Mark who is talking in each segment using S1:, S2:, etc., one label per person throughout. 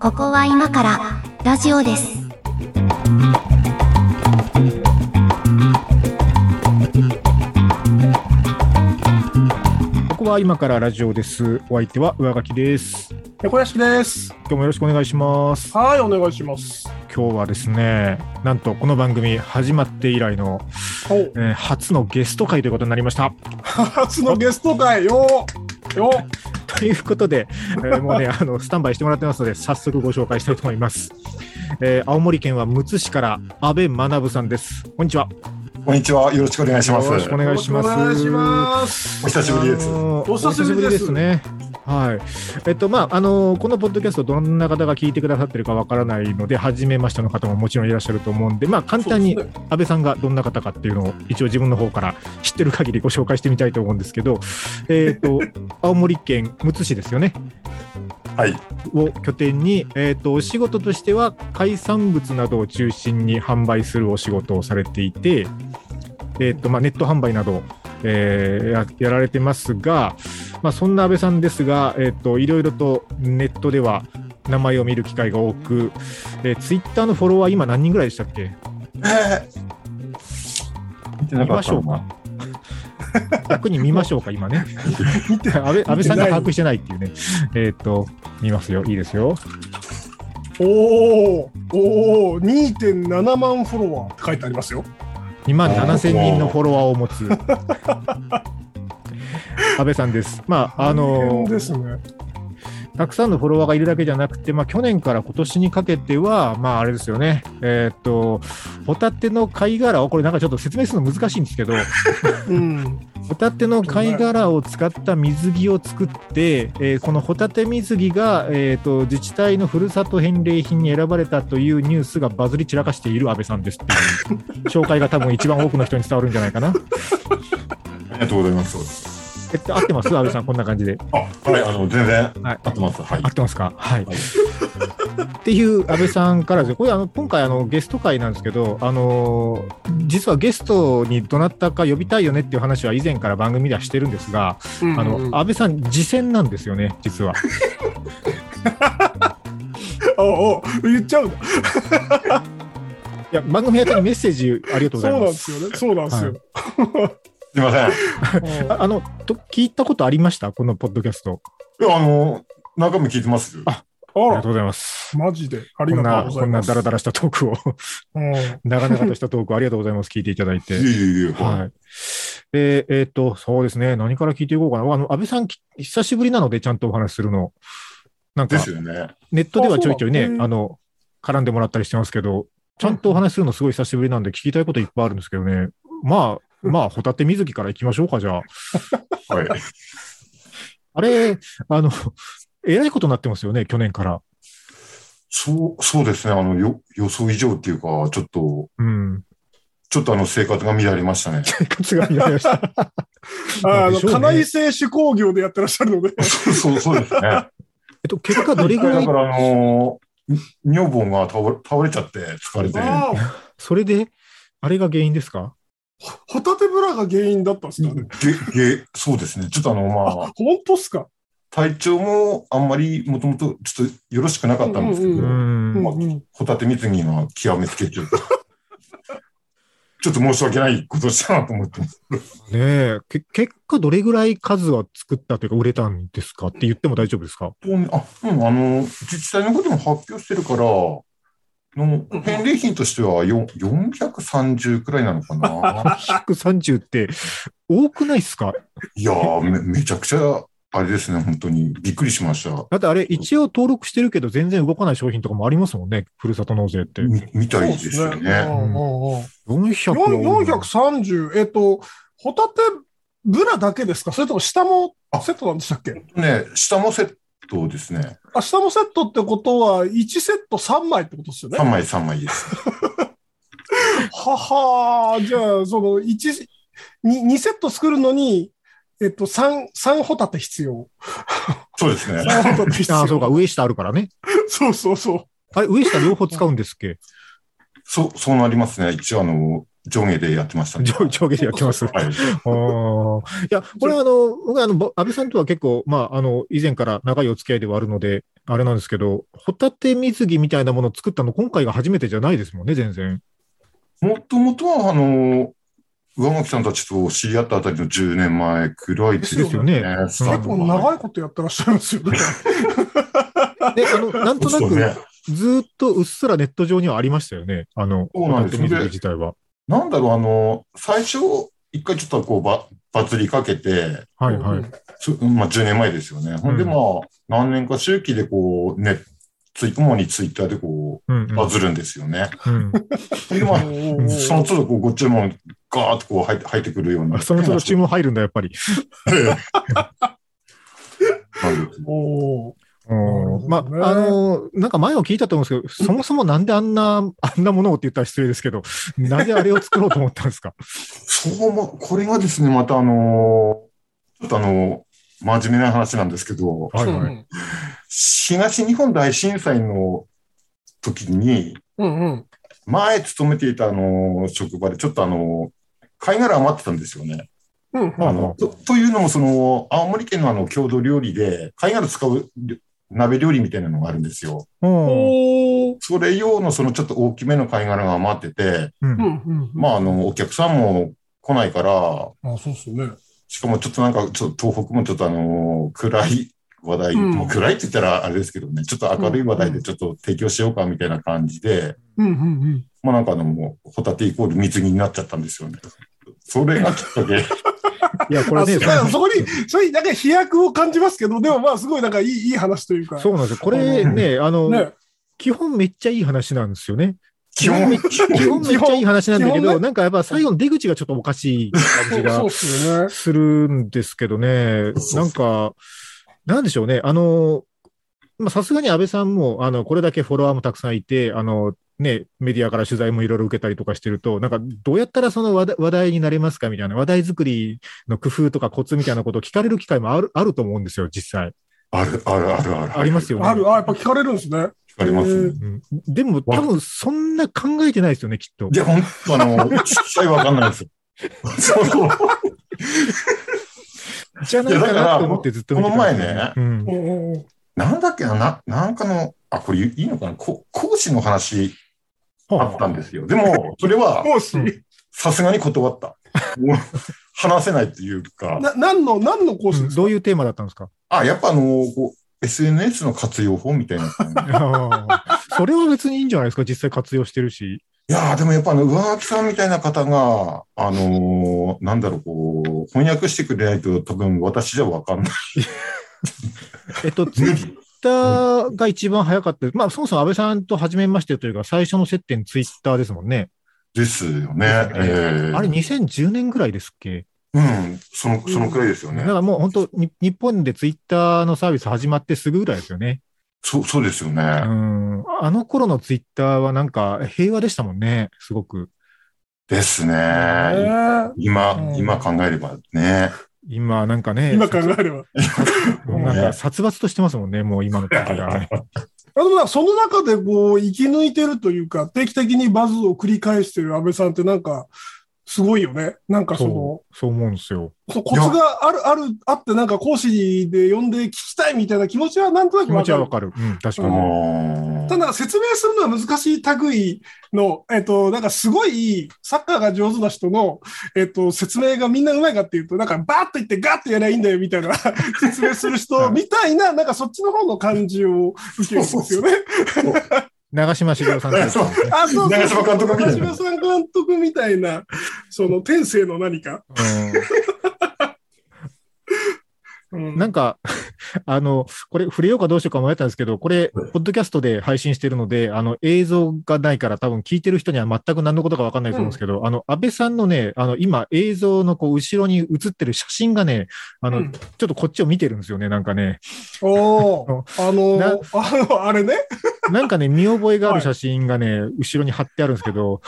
S1: ここは今からラジオです。
S2: ここは今からラジオです。お相手は上書きです。
S3: 猫屋敷です。
S2: 今日もよろしくお願いします。
S3: はい、お願いします。
S2: 今日はですね、なんとこの番組始まって以来の、
S3: お
S2: えー初のゲスト会ということになりました。
S3: 初のゲスト会よーよー
S2: ということで、え ーもうねあの、スタンバイしてもらってますので、早速ご紹介したいと思います。えー青森県はむつ市から安倍学さんです。こんにちは。
S4: こんにちは。よろしくお願いします。
S2: よろしくお願いします
S3: お願いします。
S4: お久しぶりです
S2: あ。のー
S3: お久しぶりです
S2: お久ね。はい。えっと、まあ、あのーこのポッドキャスト、どんな方が聞いてくださってるかわからないので、初めましての方ももちろんいらっしゃると思うんで、まあ、簡単に
S3: そうですね
S2: 安倍さんがどんな方かっていうのを、一応自分の方から知ってる限りご紹介してみたいと思うんですけど、えっ と、青森県むつ市ですよね。
S4: はい。
S2: を拠点に、えー、とお仕事としては海産物などを中心に販売するお仕事をされていて、えーとまあ、ネット販売など、えーややられてますが、まあ、そんな安倍さんですが、えー、といろいろとネットでは名前を見る機会が多く、えー、ツイッターのフォロワー今何人ぐらいでしたっけ
S4: え見て
S2: 見ましょうか。逆に見ましょうか、今ね。安倍安倍さんが把握してないっていうね。えっ、と、見ますよ。いいですよ。
S3: おーおー2.7万フォロワーって書いてありますよ。
S2: 2万7000人のフォロワーを持 つ安倍さんです。まあ、あ
S3: 大変
S2: の
S3: ですね。
S2: たくさんのフォロワーがいるだけじゃなくて、まあ、去年から今年にかけては、まあ、あれですよね、えーっと、ホタテの貝殻を、これなんかちょっと説明するの難しいんですけど、
S3: うん。
S2: ホタテの貝殻を使った水着を作って、えーこのホタテ水着が、えーっと自治体のふるさと返礼品に選ばれたというニュースがバズり散らかしている安倍さんですって いう紹介が多分一番多くの人に伝わるんじゃないか な。
S4: ありがとうございます。
S2: えっと、合ってます安倍さん、こんな感じで。
S4: あ、はい、あの、全然
S2: はい
S4: 合ってます。はい
S2: 合。ってますかはい。
S4: はい
S2: っていう安倍さんからですねこれあの今回あのゲスト会なんですけど、あのー実はゲストにどなたか呼びたいよねっていう話は以前から番組ではしてるんですが、あ
S3: うん
S2: の安倍さん、次戦なんですよね、実 は。
S3: おうおう言っちゃうんだ。
S2: いや番組宛てにメッセージありがとうご
S3: そう
S2: ざ
S3: ないん
S2: ま。
S3: ですすよね。そうなんですよ。
S4: すいません。
S2: ああのと聞いたことありましたこのポッドキャスト。
S4: いやあの、何回も聞いてます。
S2: ああ
S3: あ
S2: り
S3: ら
S2: がとうございます。
S3: マジであり
S2: こん
S3: が
S2: な、
S3: とうご
S2: こ
S3: ざい
S2: んな
S3: ま
S2: ダ
S3: す。
S2: ラダラしたトークを、
S3: うん
S2: 長々としたトークありがとうございます。聞いていただい
S4: い
S2: て
S4: え。いえいえは
S2: はい。で、えっ、と、そうですね。何から聞いていこうかな。あの、安倍さん、き久しぶりなので、ちゃんとお話しするの。なん
S4: い。で
S2: か
S4: す、よね。
S2: ネットではちょいちょい
S3: あ
S2: ね
S3: そう、
S2: あ
S3: だ
S2: の、絡んでもらったりしてますけど、ちゃんとお話しするのすごい久しぶりなんで、聞きたいこといっぱいあるんですけどね。まあ、まあ、ホタテ水着から行きましょうか、じゃあ。
S4: はい。
S2: あれ、あの、えらいことになってますよね、去年から。
S4: そう、そうですね。あの、よ、予想以上っていうか、ちょっと、
S2: うん。
S4: ちょっとあの、生活が乱れましたね。
S2: 生活が乱れました。
S3: ああ
S2: で
S3: の、
S2: しょうね
S3: 金井製手工業でやってらっしゃるので。
S4: そう、そうそうですね。だ
S2: えっと、結果どれぐら
S4: か
S2: い、
S4: ら、あの、に女房が倒れ、倒れちゃって、疲れて。
S3: ああ、
S2: それで、あれが原因ですか
S3: ホタテブラが原因だったんですかね。
S4: げ、げ、そうですね。ちょっとあの、まあ
S3: あ、、本当っすか。
S4: 体調もあんまりもともとちょっとよろしくなかったんですけど、
S3: うん
S2: うん。
S3: うんうん
S4: ホタテ水着が極めつけちゃった。 ちょっと申し訳ないことしたなと思ってます。
S2: ねえ、け結果どれぐらい数は作ったというか売れたんですかって言っても大丈夫ですか
S4: あ、うん、あの、自治体のことも発表してるから、の返礼品としてはよ430くらいなのか な。
S2: ?130 って多くないですか
S4: いやーめ、めちゃくちゃ、あれですね、本当に。びっくりしました。
S2: だってあれ一応登録してるけど全然動かない商品とかもありますもんね。ふるさと納税って。
S4: みみたいです
S3: そう
S4: よ
S3: っ
S4: ね。
S3: うんうんうん
S2: 400は多いな
S3: 430、えっと、ホタテブラだけですかそれとも下も
S4: あ
S3: セットなんでしたっけ
S4: ね、下もセットですね。
S3: あ、下もセットってことは、1セット3枚ってことですよね
S4: 3。枚3枚です。
S3: ははーじゃあ、その1、2, 2セット作るのに、えっと、3、三ホタテ必要。
S4: そうですね。
S3: 3ホタテ必
S2: ああ、そう
S3: 要。
S2: か、上下あるからね。
S3: そうそうそう。
S2: あれ、上下両方使うんですっけ
S4: そう、そうなりますね。一応、あの、上下でやってましたね。
S2: 上上下でやってます。
S4: はい。
S2: ああ。いや、これはあの、僕はあの、ぼ安倍さんとは結構、まあ、あの、以前から長いお付き合いではあるので、あれなんですけど、ホタテ水着みたいなものを作ったの、今回が初めてじゃないですもんね、全然。
S4: もともとは、あの、上垣さんたちと知り合ったあたりの10年前くらいです
S2: ですよね
S4: 結
S2: うん
S3: 結構長いことやってらっしゃるんですよね。
S2: で、あ の、なんとな
S4: そう
S2: く、
S4: ね。
S2: ずーっとうっすらネット上にはありましたよね、あの、
S4: そうな
S2: ホタ
S4: んで
S2: テ
S4: す
S2: 水着自体は。
S4: なんだろう、あの、最初、一回ちょっとこう、ば、バズりかけて、
S2: はいはい。
S4: そまあ、10年前ですよね。ほんで、
S2: うん
S4: まあ、何年か周期でこう、ね、つい、主にツイッターでこ
S2: うん
S4: う、バズるんですよね。
S2: うんうん
S4: ほんで、 まあ、
S3: おー
S4: その都度こうご注文、ガーッとこう入って入ってくるよう
S2: あ
S4: な。
S2: その都度注文入るんだ、やっぱり。
S4: なんです
S3: おー
S2: うんまあ、
S3: なるほどね
S2: あの、なんか前を聞いたと思うんですけど、そもそもなんであんな、あんなものをって言ったら失礼ですけど、 なぜあれを作ろうと思ったんですか
S4: そうも、これがですね、またあのーちょっとあのー真面目な話なんですけど、
S2: はいはい。
S4: 東日本大震災の時に、
S3: うんうん。
S4: 前勤めていたあのー職場で、ちょっとあのー貝殻余ってたんですよね。
S3: うんうん。
S4: あのとというのも、その、青森県のあの、郷土料理で、貝殻使う料鍋料理みたいなのがあるんですよ。
S2: うん
S3: おー
S4: それ用のそのちょっと大きめの貝殻が余ってて、
S2: う
S3: うんんうん。
S4: まあ、あの、お客さんも来ないから、
S3: あ、そうっすね。
S4: しかもちょっとなんか、ちょっと東北もちょっとあのー暗い話題、
S3: うん
S4: もう暗いって言ったらあれですけどね、ちょっと明るい話題でちょっと提供しようかみたいな感じで、
S3: うんうん
S4: まあなんかあの、もうホタテイコール水着になっちゃったんですよね。それがきっ かけ。
S2: いや、こ
S3: う
S2: れ
S3: ん。あ
S2: ね
S3: そ、 まあそこに、それになんか飛躍を感じますけど、でもまあすごいなんかいいいい話というか。
S2: そうなんですよ。これね、あの、
S3: ね。
S2: 基本めっちゃいい話なんですよね。
S4: 基本、
S2: 基本めっちゃいい話なんだけ
S3: 基本
S2: ど、
S3: ね
S2: なんかやっぱ最後の出口がちょっとおかしい感
S3: そ
S2: じ
S3: う
S2: が
S3: そうっすよね。
S2: するんですけどね
S4: そう、そう
S2: なんか、なんでしょうね、あの、まあさすがに安倍さんも、あの、これだけフォロワーもたくさんいて、あの、ね、メディアから取材もいろいろ受けたりとかしてると、なんか、どうやったらその話題話題になれますかみたいな、話題作りの工夫とかコツみたいなことを聞かれる機会もあるあると思うんですよ、実際。
S4: ある、ある、ある、ある。
S2: ありますよね。
S3: ある、あ、やっぱ聞かれるんですね。
S4: ありますね。
S2: うんでも、多分そんな考えてないですよね、きっと
S4: い。や、本当あのー、実際わかんないですよ。 そうそう。こ
S2: じゃないかなと思ってずっと見てたんですよ
S4: いやだか
S2: うん
S3: おー
S4: なんだっけな、ななんかの、あ、これいいのかな、こ講師の話あったんですよ。でも、それは、
S3: もうし、
S4: さすがに断った。もう話せないっていうか、
S3: な、何の、何の講師
S2: うん
S3: ですか
S2: どういうテーマだったんですか
S4: あ、やっぱあのこう、SNS の活用法みたいな感じ。
S2: あーそれは別にいいんじゃないですか、実際活用してるし。
S4: いやーでもやっぱあの、上脇さんみたいな方が、あのーなんだろう、こう、翻訳してくれないと多分私じゃわかんない。
S2: えっと、ツイッターが一番早かった、まあ、そもそも安倍さんと初めましてというか、最初の接点、ツイッターですもんね。
S4: ですよね。
S2: です
S4: え
S2: よね
S4: ー
S2: あれ、2010年ぐらいですっけ、
S4: うん、その、そのくらいですよ
S2: だ
S4: ね
S2: か。らもう本当に、日本でツイッターのサービス始まってすぐぐらいですよね。
S4: そう、そうですよ
S2: う
S4: ね。
S2: ん、あの頃のツイッターはなんか平和でしたもんね、すごく。
S4: です
S3: え
S4: ね。
S3: ー
S4: 今
S3: う、ん
S4: 今考えればね。
S2: 今、なんかね、
S3: 今考えれば。
S2: もうなんか殺伐としてますもんね、もう今の時が、ね。
S3: あでもなんかその中でこう生き抜いてるというか、定期的にバズを繰り返してる安倍さんってなんか、すごいよね。なんかその、
S2: そう、そう思うんですよ。
S3: そうコツがある、ある、あってなんか講師で呼んで聞きたいみたいな気持ちはなんとな
S2: 気
S3: く
S2: 持
S3: わ
S2: ち
S3: か
S2: は
S3: る
S2: わ。かる。うん、確か
S4: う
S2: に。
S4: ん
S3: ただ説明するのは難しい類の、えっと、なんかすごいサッカーが上手な人の、えっと、説明がみんなうまいかっていうと、なんかバーッと言ってガッとやりゃいいんだよみたいな 説明する人みたいな、なんかそっちの方の感じを受けるんですよね。
S2: 長嶋茂雄さんタイプなんですね
S3: あ、そうそう
S4: 長嶋監督みたいな
S3: 長嶋さん監督みたいな、その天性の何か。
S2: うんなんか、 あの、これ触れようかどうしようか迷ったんですけど、これ、ポ
S4: はい
S2: ッドキャストで配信してるので、あの、映像がないから多分聞いてる人には全く何のことかわかんないと思うんですけど、あの、安倍さんのね、あの、今映像のこう、後ろに映ってる写真がね、あの、
S3: うん
S2: ちょっとこっちを見てるんですよね、なんかね。
S3: おお、あ
S2: な
S3: の、あの、あれね。
S2: なんかね、見覚えがある写真がね、後ろに貼ってあるんですけど、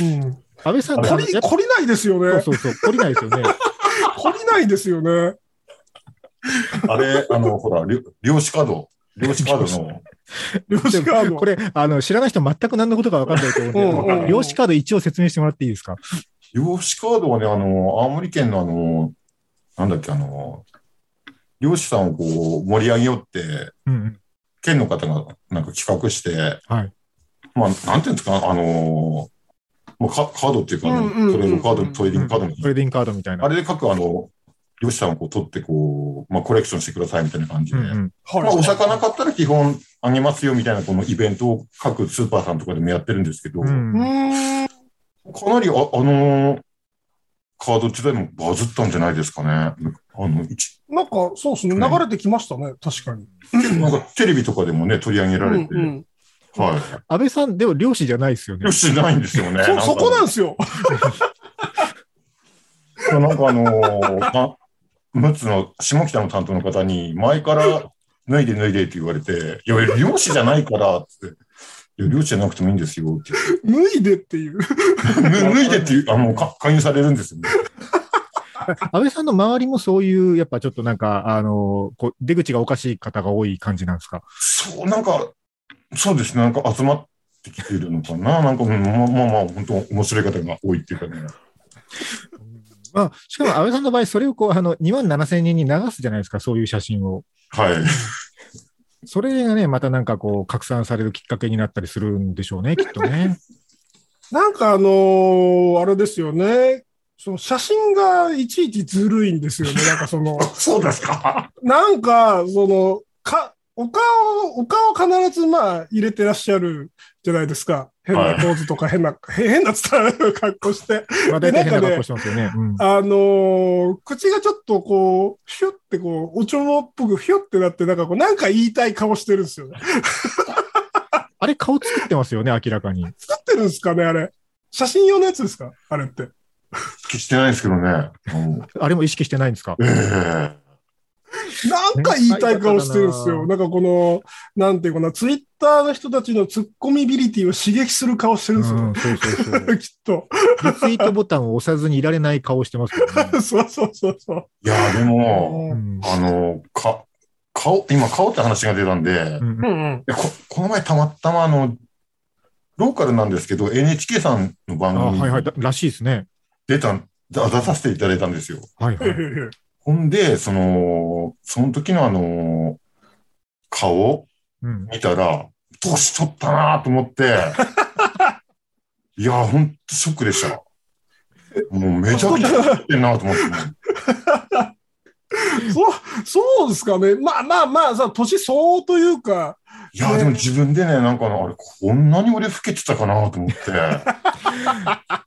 S2: 安倍さん、
S3: こ
S2: あのや
S3: り、
S2: っぱ
S3: こりないですよ
S2: そう
S3: ね。
S2: そうそう、懲りないですよ ね。
S3: こりないですよね。
S4: あれ、あの、ほら、りょ漁師カード、漁師カードの
S3: 量子カード。
S2: これ、あの、知らない人全く何のことか分かんないと思うん
S3: うんう
S2: で、
S3: ん
S2: 量子カード一応説明してもらっていいですか
S4: 漁師カードはね、あの、青森県のあの、なんだっけ、あの、漁師さんをこう盛り上げようって、
S2: うんうん。
S4: 県の方がなんか企画して、
S2: はい。
S4: まあ、なんていうんですか、あの、まあ、カカードっていうか、あの
S3: うんうんうん
S4: トレードカード、トレーディングカードみたい
S2: ト
S4: な
S2: レーディングカードみたいな。
S4: あれで各あの、漁師さんをこう取ってこう、まあ、コレクションしてくださいみたいな感じ
S2: う
S4: で、
S2: んうん。
S4: まあ、
S3: はい
S4: お魚買ったら基本あげますよみたいなこのイベントを各スーパーさんとかでもやってるんですけど、
S2: うん
S3: うーん。
S4: かなりあ、あのーカード時代もバズったんじゃないですかね。あの、一
S3: なんか、そうですね。流れてきましたね。確かに。
S4: なんかテレビとかでもね、取り上げられて、
S3: うんうん
S4: はい。
S2: 安倍さん、でも漁師じゃないですよね
S4: よ。し、ないんですよね。
S3: そそこなん
S4: ん
S3: ですよ。
S4: かなんかあのー、ま、ムツの下北の担当の方に、前から脱いで脱いでって言われて、いや、漁師じゃないからって。いや漁師じゃなくてもいいんですよって。
S3: 脱いでっていう。
S4: 脱脱いでっていう、あの、か勧誘されるんですよね。
S2: 安倍さんの周りもそういう、やっぱちょっとなんか、あの、こう、出口がおかしい方が多い感じなんですか
S4: そう、なんか、そうですね、なんか集まってきてるのかな、 なんか、うんまあまあまあ、本当、面白い方が多いっていうかね。
S2: まあ、しかも安倍さんの場合、それをこう、あの、2万7千人に流すじゃないですか、そういう写真を。
S4: はい。
S2: それがね、またなんかこう、拡散されるきっかけになったりするんでしょうね、きっとね。
S3: なんかあのーあれですよね。その写真がいちいちずるいんですよね。なんかそ の、
S4: そうですか。
S3: なんか、その、か、お顔、お顔必ずまあ入れてらっしゃるじゃないですか。変なポーズとか変な、へ変なっつったら格好して。
S2: まあ、大体変な格好してますよね。うん
S3: あのー口がちょっとこう、ヒュってこう、おちょぼっぽくヒュってなって、なんかこう、なんか言いたい顔してるんですよね。
S2: あれ、顔作ってますよね、明らかに。
S3: 作ってるんですかね、あれ。写真用のやつですかあれって。
S4: 気してないですけどね。うん
S2: あれも意識してないんですか
S4: ええ
S3: なんか言いたい顔してるんですよ。
S2: ね
S3: なんかこの、なんていうかな、ツイッターの人たちのツッコミビリティを刺激する顔してるんですよ。
S2: うん、そうそうそう。リ
S3: きっと。
S2: ツイートボタンを押さずにいられない顔してますけどね。
S3: そうそうそうそう。
S4: いや、でも、
S2: う
S3: うん
S2: ん
S4: あの、か、顔、今、顔って話が出たんで、
S2: うん
S3: うんうん。
S4: いやここの前、たまたま、あの、ローカルなんですけど、NHK さんの
S2: あ
S4: 番組
S2: はいはい、
S4: に
S2: だらしいですね。
S4: 出た、出出させていただいたんですよ。
S2: はい
S3: へ
S2: は
S3: へ へ
S2: い。
S4: ほんで、その、その時のあの、顔、
S2: うん、
S4: 見たら、年取ったなと思って、いや、ほんとショックでした。もうめちゃくちゃ年取ってんなと思って。
S3: そう、そうですかね。まあまあまあ、さ、年相応というか、
S4: いや、でも自分でね、なんかあれ、こんなに俺老けてたかなと思って。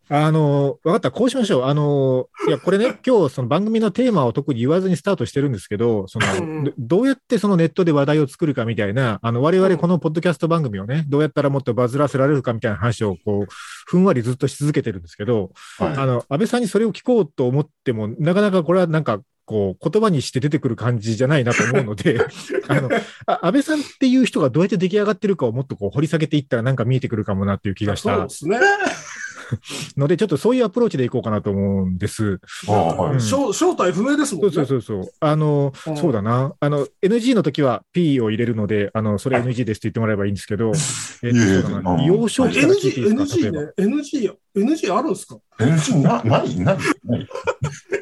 S2: あの、わかった、こうしましょう。あの、いや、これ ね、今日、その番組のテーマを特に言わずにスタートしてるんですけど、そ
S3: うん
S2: の、どどうやってそのネットで話題を作るかみたいな、あの、我々このポッドキャスト番組をね、どうやったらもっとバズらせられるかみたいな話を、こう、ふんわりずっとし続けてるんですけど、あ
S4: は
S2: の、安倍さんにそれを聞こうと思っても、なかなかこれはなんか、こう、言葉にして出てくる感じじゃないなと思うの で、あの、あ安倍さんっていう人がどうやって出来上がってるかをもっとこう掘り下げていったらなんか見えてくるかもなっていう気がし
S3: そう
S2: た
S3: ですね。
S2: ので、ちょっとそういうアプローチでいこうかなと思うんです。
S4: い。ああはい
S2: うん
S3: 正正体不明ですもん
S2: そ
S3: ね。
S2: うそうそうそう。あの、
S3: うん
S2: そうだな。あの、NG の時は P を入れるので、あの、それ NG ですって言ってもらえばいいんですけど、えっ
S4: いやいや
S2: と、そうだな
S4: うん
S2: 幼少期から聞いてい
S3: NG、
S2: いですか、例え
S3: NG
S2: ば。
S3: ね。NG、NG あるんですか
S4: 全然な、ない、ない、ない、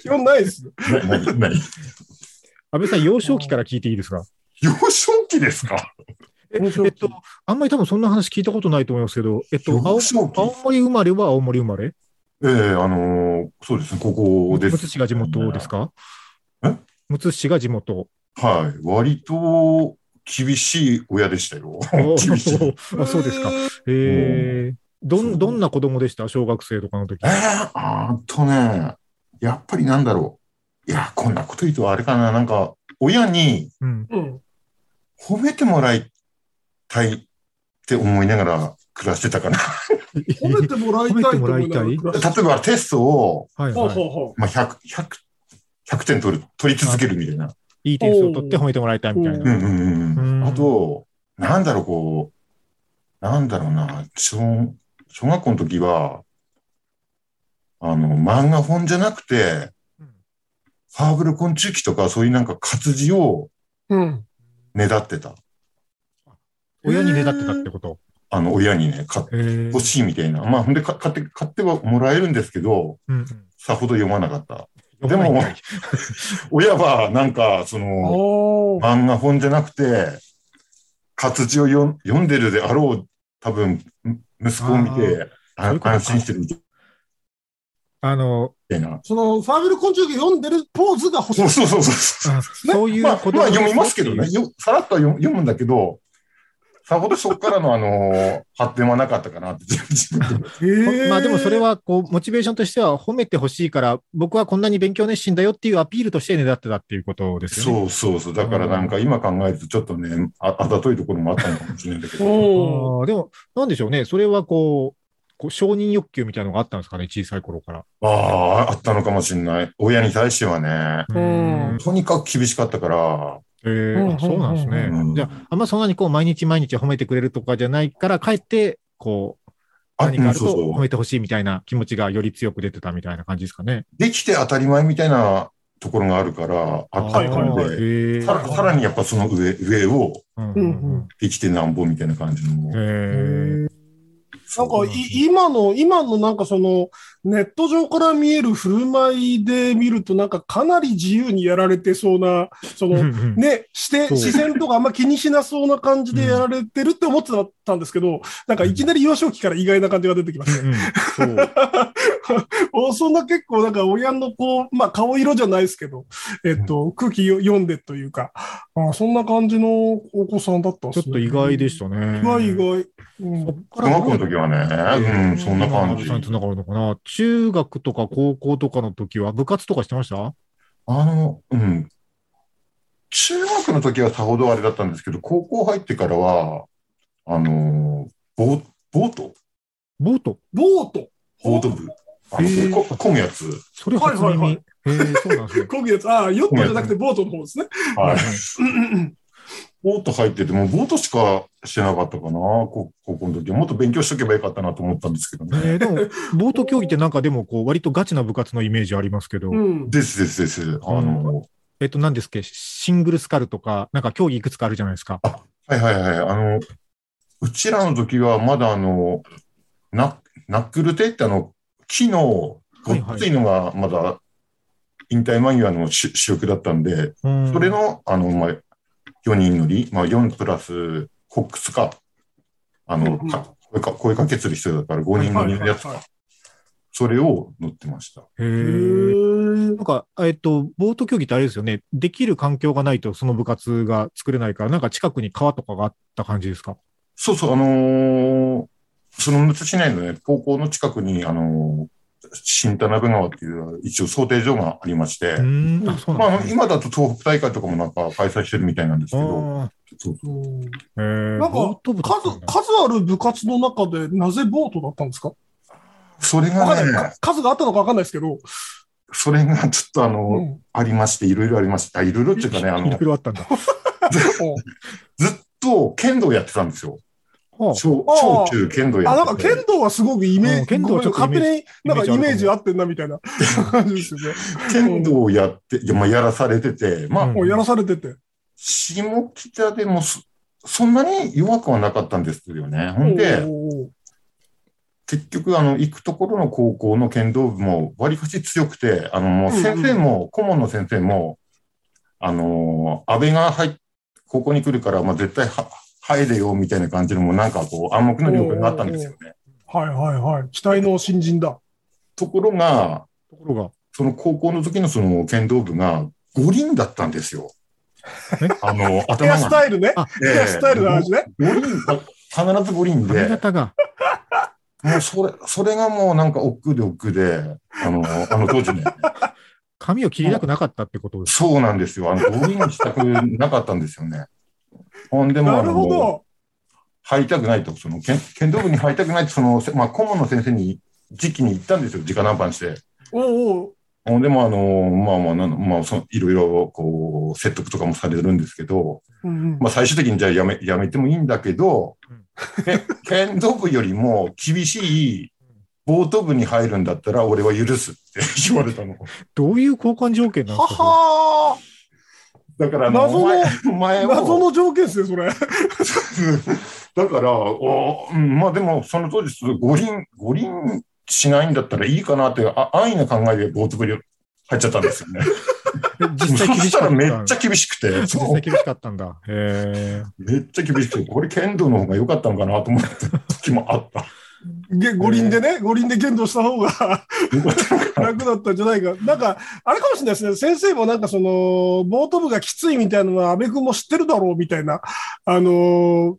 S3: 基本ないです。
S4: ない、ない、ない。
S2: 安倍さん、幼少期から聞いていいですか
S4: 幼少期ですか
S2: え
S3: 幼少期
S2: えっと、あんまり多分そんな話聞いたことないと思いますけど、えっと、青
S4: 幼少期
S2: 青森生まれは青森生まれ
S4: ええあのそうですね、ここで
S2: む
S4: す。
S2: つ市が地元ですか
S4: え
S2: むつ市が地元。
S4: はい。割と厳しい親でしたよ。
S2: お
S4: 厳しい。
S2: ーあそうですか。。へえ。ど、
S4: そうん
S2: どんな子供でした小学生とかの時
S4: え。ー、あーっとね、やっぱりなんだろう。いや、こんなこと言うとあれかな、なんか、親に
S2: うん。
S3: うん。
S4: 褒めてもらいたいって思いながら暮らしてたかな。
S3: 褒めてもらいたいと思いなが
S2: 褒めて
S3: ら。
S4: 例えばテストを、
S2: はい
S3: ほう
S2: は
S3: ほうほ
S4: まあ、100、100、100点取る、取り続けるみたいな。
S2: い。いい点数を取って褒めてもらいたいみたい
S3: お
S4: う
S2: な。
S4: んうんうんうん。
S2: うん
S4: あと、なんだろう、こう、なんだろうな、小、小学校の時は、あの、漫画本じゃなくて、ファーブル昆虫記とか、そういうなんか活字を
S3: う。うん。
S4: ねだってた。
S2: 親にねだってたってこと。
S4: あの、親にね、買って
S2: へー
S4: 欲しいみたいな。まあ、ほんで、か買って、買ってはもらえるんですけど、
S2: うんうん
S4: さほど読まなかった。で
S2: 読ま
S4: も
S2: ない、
S4: 親は、なんか、その、
S3: おー
S4: 漫画本じゃなくて、活字を読ん読んでるであろう、多分、む息子を見て、
S2: ーそう
S4: あ
S2: いうことか
S4: 安心してるみた
S2: あの、
S4: いな。
S3: その、ファーベル昆虫記読んでるポーズが細
S4: そ。
S3: いう
S4: そうそうそう。
S2: あそういう
S4: まあ、
S2: 子供
S4: まあ
S2: の
S4: 読みますけどね。よさらっとは読む読むんだけど、さほどそこからの、あのー発展はなかったかなって、自分で
S3: へー
S2: まあでもそれ、はこう、モチベーションとしては褒めてほしいから、僕はこんなに勉強熱心だよっていうアピールとしてねだってたっていうことですよね。
S4: そうそうそう。だからなんか今考えるとちょっとね、ああざといところもあったのかもしれないんだ けど。
S3: おー
S2: あーでも、なんでしょうね。それはこう、こう承認欲求みたいなのがあったんですかね、小さい頃から。
S4: ああ、あったのかもしれない。親に対してはね、
S3: うん
S2: うん
S4: とにかく厳しかったから、
S2: えーあそうなんですね
S4: う。ん
S2: じゃあ、あんまそんなにこう、毎日毎日褒めてくれるとかじゃないから、かえって、こう、
S4: あ
S2: 何かある
S4: そ
S2: と
S4: う
S2: 褒
S4: そう。
S2: めてほしいみたいな気持ちがより強く出てたみたいな感じですかね。
S4: できて当たり前みたいなところがあるから、あった
S3: はいはい
S4: の
S3: はい
S4: で、
S2: へー
S4: さらさらにやっぱその上、上を
S2: うん
S3: う
S2: うん
S3: うん
S2: ん
S4: できてなんぼみたいな感じの。
S2: うんへー
S3: なんかい、今の、今のなんかその、ネット上から見える振る舞いで見ると、なんかかなり自由にやられてそうな、その、
S2: うんうん
S3: ね、して、
S2: そう
S3: 視線とかあんま気にしなそうな感じでやられてるって思ってたんですけど、なんかいきなり幼少期から意外な感じが出てきました。
S2: うんうんそう
S3: おそんな結構、なんか親のこう、まあ顔色じゃないですけど、えっと、空気よ読んでというか、あそんな感じのお子さんだったん
S2: ち
S3: で
S2: ょっ
S3: すね。
S2: と意外で
S3: し
S2: したね。
S3: 意外意外。うん
S2: そっか
S4: 小
S2: ら
S4: 学校の時はね、うん、そんな感
S2: お
S4: じ
S2: じさ。んに繋がるのかな中学とか高校とかの時は部活とかしてました
S4: あの、うん。中学の時はさほどあれだったんですけど、高校入ってからは、あの、ボボート
S2: ボート
S3: ボート。
S4: ボート部。あ
S2: へー
S4: の、ここむやつ。
S2: それ初耳。
S3: はいはいはい
S2: へーそうなんですね。
S3: こぐやつ。ああ、ヨットじゃなくてボートの方ですね。
S4: はい。
S3: うんうんうん
S4: ボート入ってても、ボートしかしてなかったかな、こ高校の時は。もっと勉強しとけばよかったなと思ったんですけどね。
S2: えーでも、ボート競技ってなんかでも、こう、割とガチな部活のイメージありますけど、
S3: うん。
S4: ですですです。あの、
S2: えっと、何ですっけ、シングルスカルとか、なんか競技いくつかあるじゃないですか。
S4: はいはいはい。あの、うちらの時はまだあの、ナナックルテってあの、木のごっついのがまだ引退間際の主主力だったんで、
S2: うん
S4: それの、あの、まあ、4人乗り、まあ、4プラス、コックスか、あの、
S3: うん
S4: か声か声かけする人だから5人乗りのやつ
S3: はいはいはいは
S4: か
S3: い、
S4: それを乗ってました。
S2: へ
S3: へ
S2: ー
S3: ー
S2: なんか、えっと、ボート競技ってあれですよね。できる環境がないと、その部活が作れないから、なんか近くに川とかがあった感じですか
S4: そうそう、あのーそのむつ市内のね、高校の近くに、あのー新田中川っていう、一応想定所がありまして、
S2: うん。あ、そう
S4: ま
S2: なん
S4: あ
S2: で、すね。
S4: 今だと東北大会とかもなんか開催してるみたいなんですけど、
S2: あ
S4: そう
S3: うん
S2: ーへー
S3: なん
S2: ボー
S3: か
S2: ト部だったん
S3: 数、
S2: だ
S3: 数ある部活の中でなぜボートだったんですか
S4: それ
S3: わか
S4: が
S3: んない
S4: ね
S3: か、。数があったのかわかんないですけど。
S4: それがちょっとあのー
S3: うん
S4: ありまして、いろいろありまして、あいろいろっていうかね、あ
S2: いろ
S4: の
S2: い、ろあったん だ。
S4: ずっと剣道やってたんですよ。
S2: はあ
S4: 小
S3: あ
S4: 小中剣道や
S3: あ、なん
S4: っ
S3: か
S4: てて。
S3: 剣道はすごくイメー
S2: う
S3: ジ、
S2: ん剣道はちょっと
S3: ごめん勝手になんかイ
S2: イメ
S3: メー
S2: ー
S3: ジ
S2: ジ
S3: 合ってんなみたいな感じですよね。
S4: 剣道をやって、いやまあ、やらされてて、まあ、
S2: うん
S3: もうやらされてて。
S4: 下北でもそそんなに弱くはなかったんですよね。ほんで、
S3: おー
S4: 結局、あの、行くところの高校の剣道部も、わりかし強くて、あの、もう
S3: うんうん
S4: 先生も、顧問の先生も、あのー、安倍が入っ高校に来るから、まあ、絶対は、入れよ、みたいな感じの、もうなんかこう、暗黙の了解があったんですよね。
S3: はいはいはい。期待の新人だ。
S4: ところが、
S2: ところが、
S4: その高校の時のその剣道部が五輪だったんですよ
S2: え。
S4: あの、
S3: ヘア
S4: 頭
S3: ス
S4: が。
S3: タイルね。ヘアスタイルの話ね。
S4: 五輪、必ず五輪
S2: 髪
S4: で、
S2: 型が、
S4: もうそれ、それがもうなんか億劫で億劫で、あの、あの当時ね、
S2: 髪を切りたくなかったってことです。
S4: そうなんですよ。あの、五輪したくなかったんですよね。 ほんでも、
S3: な
S4: あ
S3: る
S4: の、
S3: ほ
S4: も
S3: ど。
S4: う入りたくないと、その、剣剣道部に入りたくないと、その、まあ、顧問の先生に、時期に行ったんですよ、直談判して。
S3: おうおう
S4: ほんでも、あの、まあまあ、なんまあ、そのいろいろ、こう、説得とかもされるんですけど、
S3: うんうん
S4: まあ、最終的にじゃあやめやめてもいいんだけど、け剣道部よりも厳しいボート部に入るんだったら俺は許すって言われたの。
S2: どういう交換条件なん
S3: は
S2: ですか
S3: は
S4: だからあの、
S3: 謎の
S4: お前、お前を
S3: 謎の条件ですね、それ。
S4: だから、おうんまあでも、その当時、ちょっと五輪、五輪しないんだったらいいかなっていうあ安易な考えでボート部に入っちゃったんですよね。
S2: 実際
S4: そ
S2: 厳し
S4: し
S2: か
S4: た
S2: った
S4: ら
S2: ん
S4: め
S2: だ
S4: っちゃ厳しくて、
S2: 実
S4: そう
S2: 際厳しかったんだ。へ
S4: めっちゃ厳しくて、これ剣道の方が良かったのかなと思った時もあった。
S3: げ五輪でね、五輪で剣道した方が
S4: 良かったのかな
S3: 楽だったんじゃないか。なんか、あれかもしれないですね。先生もなんかその、ボート部がきついみたいなのは安倍君も知ってるだろうみたいな。あのー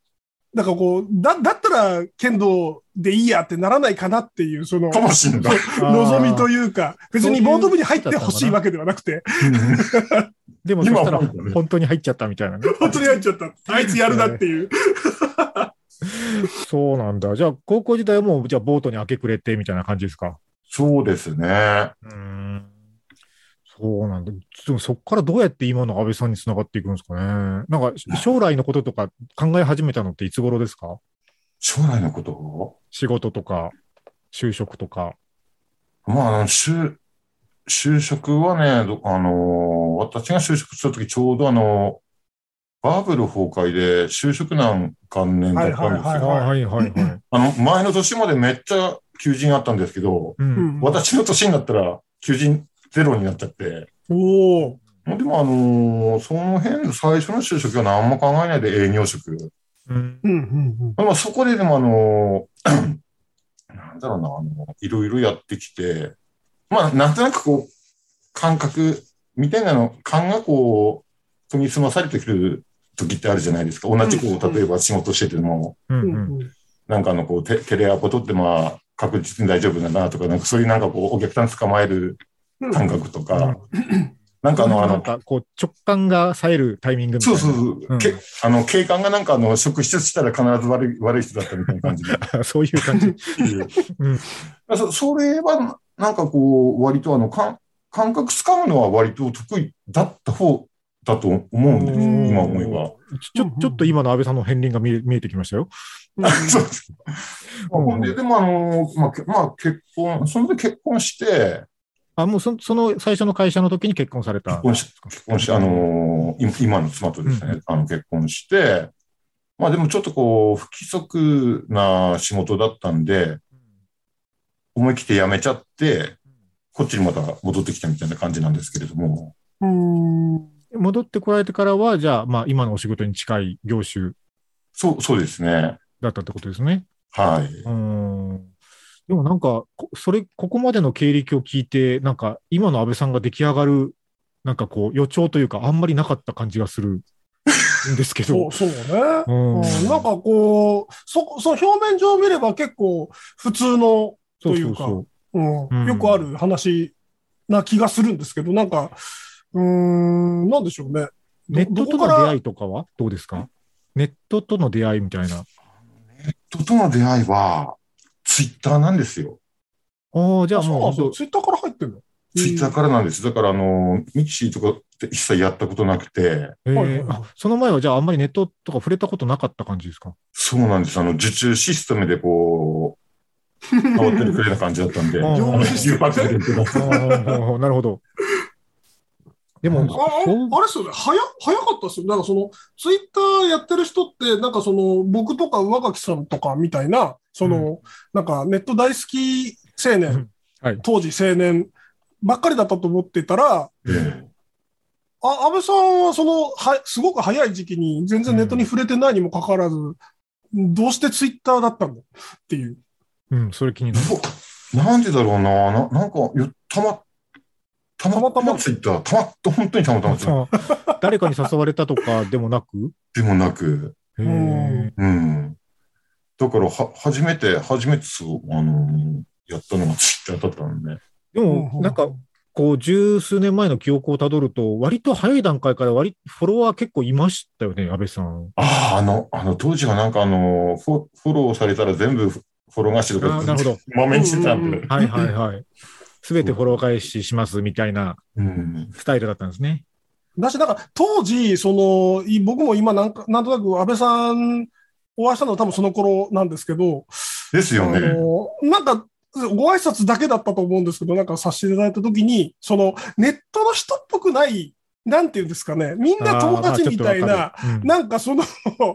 S3: なんかこう、だ、だったら剣道でいいやってならないかなっていう、その、
S4: かもしれない。
S3: 望みというか、別にボート部に入ってほしいわけではなくて、
S2: でもそしたら
S4: 今思うとね
S2: 本当に入っちゃったみたいなね。
S3: 本当に入っちゃった。あいつやるなっていう。
S2: そうなんだ。じゃあ高校時代はもうじゃあボートに明け暮れてみたいな感じですか。
S4: そうですね。
S2: うーん。そうなんだ。でもそこからどうやって今の安倍さんにつながっていくんですかね。なんか将来のこととか考え始めたのっていつ頃ですか
S4: 将来のことを
S2: 仕事とか就職とか。
S4: まああの、就、就職はね、どあの、私が就職した時ちょうどあの、バブル崩壊で就職難関連だったんです
S3: はい
S4: よ。
S2: はいはいはい。
S4: あの、前の年までめっちゃ求人あったんですけど、
S2: うん。
S4: 私の年になったら求人ゼロになっちゃって、
S3: おお。
S4: でもあのその辺、最初の就職は何も考えないで営業職。
S2: うん
S3: うんうん
S4: まあ、そこででもあの なんだろうな、あの、いろいろやってきて、まあ、なんとなくこう、感覚みたいなの、感がこう、研ぎ澄まされてくる時ってあるじゃないですか。同じこ
S3: うん
S4: う、例えば仕事してても、
S2: う
S3: うんん
S2: うん。
S3: うん
S4: なんかあの、こうテ、テレアポ取って、まあ、確実に大丈夫だなとか、なんかそういうなんかこう、お客さん捕まえる感覚とか、 なんかあの、あ
S2: なん
S4: の、
S2: かこう直感が冴えるタイミングみたい
S4: そ
S2: な。
S4: うそうそう、
S2: うん
S4: けあの、警官がなんかあの、職質したら必ず悪い、悪い人だったみたいな感じで。
S2: そういう感じ。 うん
S4: そそれは、なんかこう、割とあの、かん感覚つかむのは割と得意だった方だと思うんですよ、
S3: うん
S4: 今思えば。
S2: ちょちょっと今の安倍さんの片鱗が見え見えてきましたよ。
S4: そうですまあほんで、でもあの、まあけ、まあ、結婚、その時結婚して、
S2: あ、もうそその最初の会社の時に結婚された。
S4: 結婚し、結婚し、あの、今今の妻とですね、
S2: う
S4: あの、結婚して、まあでもちょっとこう、不規則な仕事だったんで、思い切って辞めちゃって、こっちにまた戻ってきたみたいな感じなんですけれども、
S3: うん
S2: 戻ってこられてからは、じゃあ、まあ、今のお仕事に近い業種
S4: そう、そうですね。
S2: だったってことですね。
S4: はい。
S2: うーん。でもなんか、こそれ、ここまでの経歴を聞いて、なんか、今の安倍さんが出来上がる、なんかこう、予兆というか、あんまりなかった感じがするんですけ
S3: そ
S2: ど
S3: う、。そうね。
S2: うん
S3: うんなんかこう、そ、その表面上見れば結構普通の、
S2: そ
S3: と
S2: う
S3: い
S2: そう
S3: うか
S2: そう。
S3: うん
S2: うん
S3: よくある話な気がするんですけど、なんか、うーん、なんでしょうね。
S2: ネットとの
S3: どこから
S2: 出会いとかはどうですかネットとの出会いみたいな。
S4: 人との出会いは、ツイッターなんですよ。
S2: ああ、じゃあ
S3: あそうな
S2: も
S3: ん
S2: う
S3: ですよ。ツイッターから入ってるの
S4: ツイッターからなんです。だから、あの、ミキシーとかって一切やったことなくて、
S2: え
S3: はいはい
S2: ー
S3: はい
S2: あその前はじゃああんまりネットとか触れたことなかった感じですか
S4: そうなんです。あの、受注システムでこ う、変わってるくらいな感じだった んで、
S2: うん
S4: あの誘惑で
S2: なるほど。でも、
S3: あああ
S2: そう
S3: れっすよね早、早かったっすよ。なんかその、ツイッターやってる人って、なんかその、僕とか上垣さんとかみたいな、その、
S2: う
S3: なんかネット大好き青年、
S2: うんはい
S3: 当時青年ばっかりだったと思ってたら、
S4: ええ
S3: あ安倍さんはそのは、すごく早い時期に全然ネットに触れてないにもかかわらず、どうしてツイッターだったのっていう。
S2: うん、それ気になる。
S4: なんでだろうな。ななんか、よたま、たま
S3: たまたま
S4: ツイッター、たまた本当にたまたまツイッター
S2: あ誰かに誘われたとかでもなく
S4: でもなく、
S2: へ
S3: う
S2: ー
S3: ん
S4: うん。だから、は、初めて、初めてそう、あの、やったのがツイッターだったんで、
S2: でも、なんか、こう、十数年前の記憶をたどると、割と早い段階から割、フォロワー結構いましたよね、安倍さん。
S4: ああ、あの、あの当時はなんかあの、フォフォローされたら全部フォロー返しと
S2: あ
S4: か、
S2: なるほど。
S4: まめにしてたんで。
S2: はいはいはい。すべてフォロー返ししますみたいな
S4: うん。
S2: スタイルだったんですね。
S3: だし、なんか当時、その、い僕も今なんか、なんとなく安倍さんお会いしたのは多分その頃なんですけど、
S4: ですよ
S3: あ
S4: ね。
S3: のなんか、ご挨拶だけだったと思うんですけど、なんかさせていただいたときに、その、ネットの人っぽくないなんていうんですかね、みんな友達みたいな、
S2: あー、ちょっとわかるうん
S3: なんかその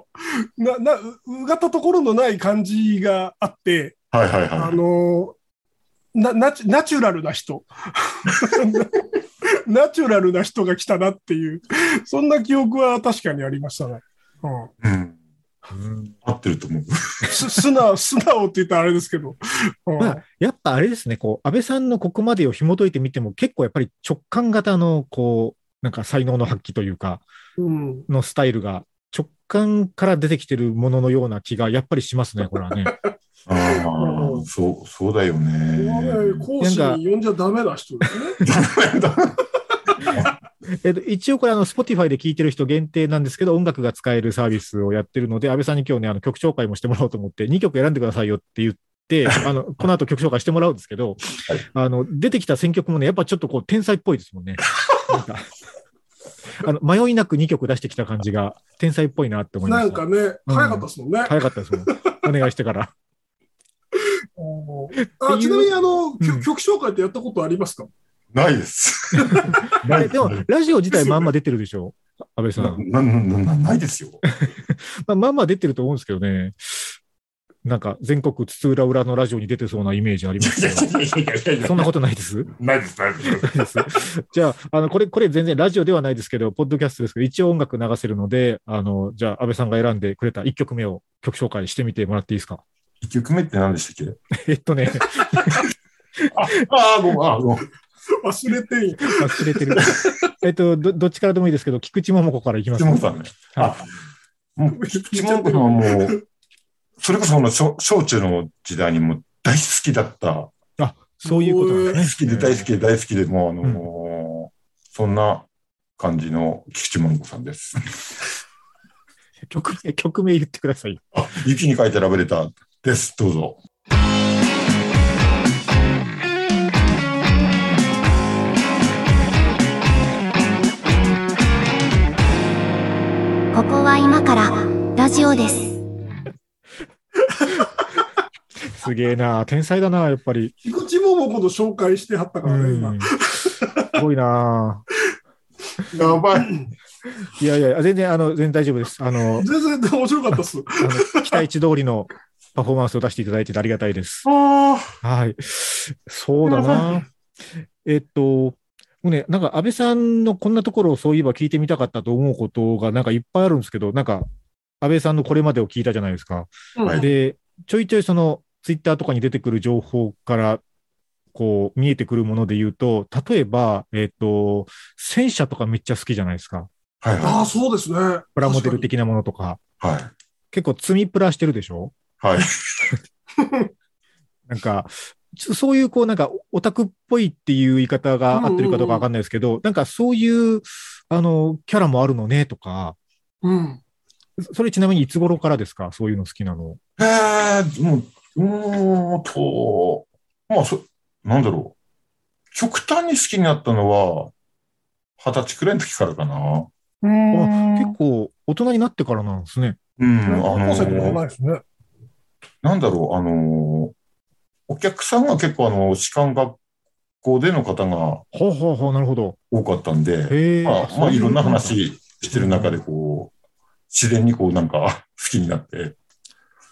S3: な、な、ううがったところのない感じがあって、
S4: はいはいは
S3: あ
S4: い。
S3: のなナチュ、ナチュラルな人。 ナチュラルな人が来たなっていう、そんな記憶は確かにありましたね。うん、
S4: うん。
S2: うん
S4: 合ってると思う。
S3: す素直、素直って言ったらあれですけど。うん
S2: まあ、やっぱあれですね、こう、安倍さんのここまでを紐解いてみても、結構やっぱり直感型の、こう、なんか才能の発揮というか、
S3: うん
S2: のスタイルが、直感から出てきてるもののような気が、やっぱりしますね、これはね。
S4: あ
S3: う
S4: あ、
S3: ん
S4: そう、そうだよね。
S3: 講師に呼んじゃダメな人ですね。
S2: えっと、一応これ、あの、Spotify で聴いてる人限定なんですけど、音楽が使えるサービスをやってるので、安倍さんに今日ね、あの、曲紹介もしてもらおうと思って、2曲選んでくださいよって言 って、あの、この後曲紹介してもらうんですけど、あの、出てきた選曲もね、やっぱちょっとこう、天才っぽいですもんね。なんか、あの、迷いなく2曲出してきた感じが、天才っぽいなって思いま
S3: な
S2: し
S3: ん
S2: た。
S3: かね、早かったですもんね。
S2: 早かったですもん。お願いしてから。
S3: あちなみに、あの、
S2: う
S3: 曲
S2: ん
S3: 曲紹介ってやったことありますか
S4: ないです。
S2: あ
S4: な
S2: れ
S4: い
S2: でも
S4: な、
S2: ラジオ自体まんま出てるでしょ安倍さん。
S4: なななないですよ。
S2: まあ、まあまあ出てると思うんですけどね。なんか、全国津々浦々のラジオに出てそうなイメージありますけど。 そんなことないです。
S4: ないです、ないです。
S2: ないですじゃあ、あの、これ、これ全然ラジオではないですけど、ポッドキャストですけど、一応音楽流せるので、あの、じゃあ、安倍さんが選んでくれた1曲目を曲紹介してみてもらっていいですか。
S4: 1曲目って何でしたっけ
S2: えっとね、
S4: ああ、ごめん、あごめん。
S3: 忘れてんよ
S2: 忘れてる。えっと、ど、どっちからでもいいですけど、菊池桃子からいきます
S4: 質問さんね。あ、もう、菊池桃子さんはもう、それこそこの小小中の時代にもう大好きだった。
S2: あ、そういうことなんで
S4: 大好
S2: す
S4: き
S2: ね。
S4: で大好きで大好きで、もうあのーそんな感じの菊池桃子さん です。
S2: 曲名、曲名言ってくださいよ。
S4: あ、雪に書いてラブレターです。どうぞ。
S1: ここは今からラジオです。
S2: すげえな天才だなやっぱり。
S3: 菊池桃子の紹介してはったからね、今。
S2: すごいな
S4: やばい。
S2: いやいや、全然、あの、全然大丈夫です。あの、
S3: 全然面白かったっす。
S2: あ の期待値通りのパフォーマンスを出していただいてありがたいです。
S3: あ
S2: はい。そうだ なえっと、もうね、なんか安倍さんのこんなところをそういえば聞いてみたかったと思うことがなんかいっぱいあるんですけど、なんか安倍さんのこれまでを聞いたじゃないですか。
S3: あ、
S4: はい
S2: で、ちょいちょいそのツイッターとかに出てくる情報から、こう見えてくるもので言うと、例えば、えっ、と、戦車とかめっちゃ好きじゃないですか。
S4: はい
S3: あ
S4: は
S3: あ、そうですね。
S2: プラモデル的なものとか。
S4: い。はい。
S2: 結構積みプラしてるでしょ
S4: はい。
S2: なんか、ちょそういうこうなんかオタクっぽいっていう言い方が合ってるかどうかわかんないですけど、なんかそういう、あの、キャラもあるのねとか、
S3: うん。
S2: それちなみにいつ頃からですかそういうの好きなの。
S4: えー、もう、うーんと、まあ、そ、なんだろう。極端に好きになったのは、二十歳くらいの時からかな。
S2: 結構大人になってからなんですね。
S4: うん、あ
S3: 高
S4: の
S3: 校生とかじゃな
S4: ー、
S3: いですね。
S4: なんだろう、あのー、お客さんが結構あの、士官学校での方が
S2: ほうほうほう、なるほど。
S4: 多かったんで、
S2: へえ。
S4: まあ、ま
S2: そう
S4: あ、
S2: う
S4: いろんな。話してる中で、こう、自然にこう、なんか、好きになって、
S2: へ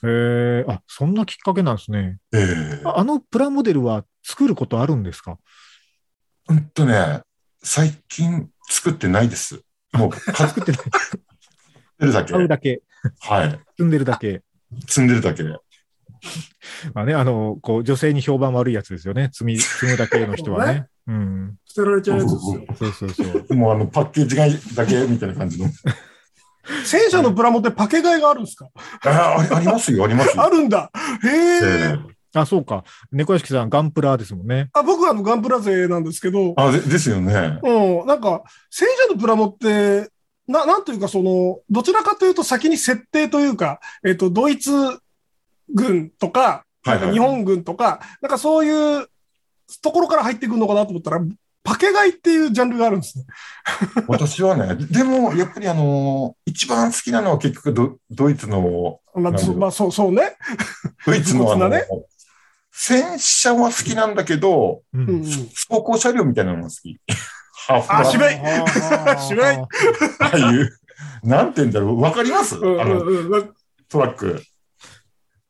S2: え。あ、そんなきっかけなんですね。
S4: ええ
S2: ああのプラモデルは作ることあるんですか
S4: うんとね、最近作ってないです。もう、買っ
S2: 作ってない。
S4: てるだ け。
S2: 買うだけ。
S4: はい。
S2: 積んでるだけ。
S4: 積んでるだけで。
S2: まあね、あの、こう、女性に評判悪いやつですよね。積み、積むだけの人は ね。うん。
S3: 捨てられちゃうやつですよ。
S2: そうそうそう。
S4: もうあのパッケージがだけみたいな感じの。
S3: 戦車のプラモってパケ買いがあるんですか
S4: あありありますよ、あります
S3: あ
S4: よ。
S3: るんだ。へ
S4: え
S3: え。
S4: ー
S2: あ、そうか。猫屋敷さん、ガンプラですもんね。
S3: あ、僕はあのガンプラ勢なんですけど、
S4: あでですよね。
S3: うん、なんか、戦車のプラモって、な、なんというかその、どちらかというと先に設定というか、えっ、と、ドイツ軍とか、
S4: はいはい
S3: なんか日本軍とか、なんかそういうところから入ってくるのかなと思ったら、パケ買いっていうジャンルがあるんですね。
S4: 私はね、でもやっぱりあのー一番好きなのは結局ドドイツの、
S3: まあ、
S4: なるほ
S3: そ
S4: ど
S3: まあ、そう、そうね。
S4: ドイツのあ
S3: 武
S4: の、
S3: 骨なね
S4: 戦車は好きなんだけど、
S2: う
S3: うん
S2: ん。
S3: うん。
S4: 装甲車両みたいなのが好き。 ハーフ
S3: あ渋い渋い
S2: い
S4: ああいう、 なんて言うんだろう、わかりますあ
S3: うんうんうん
S4: の、
S3: わ
S4: トラック。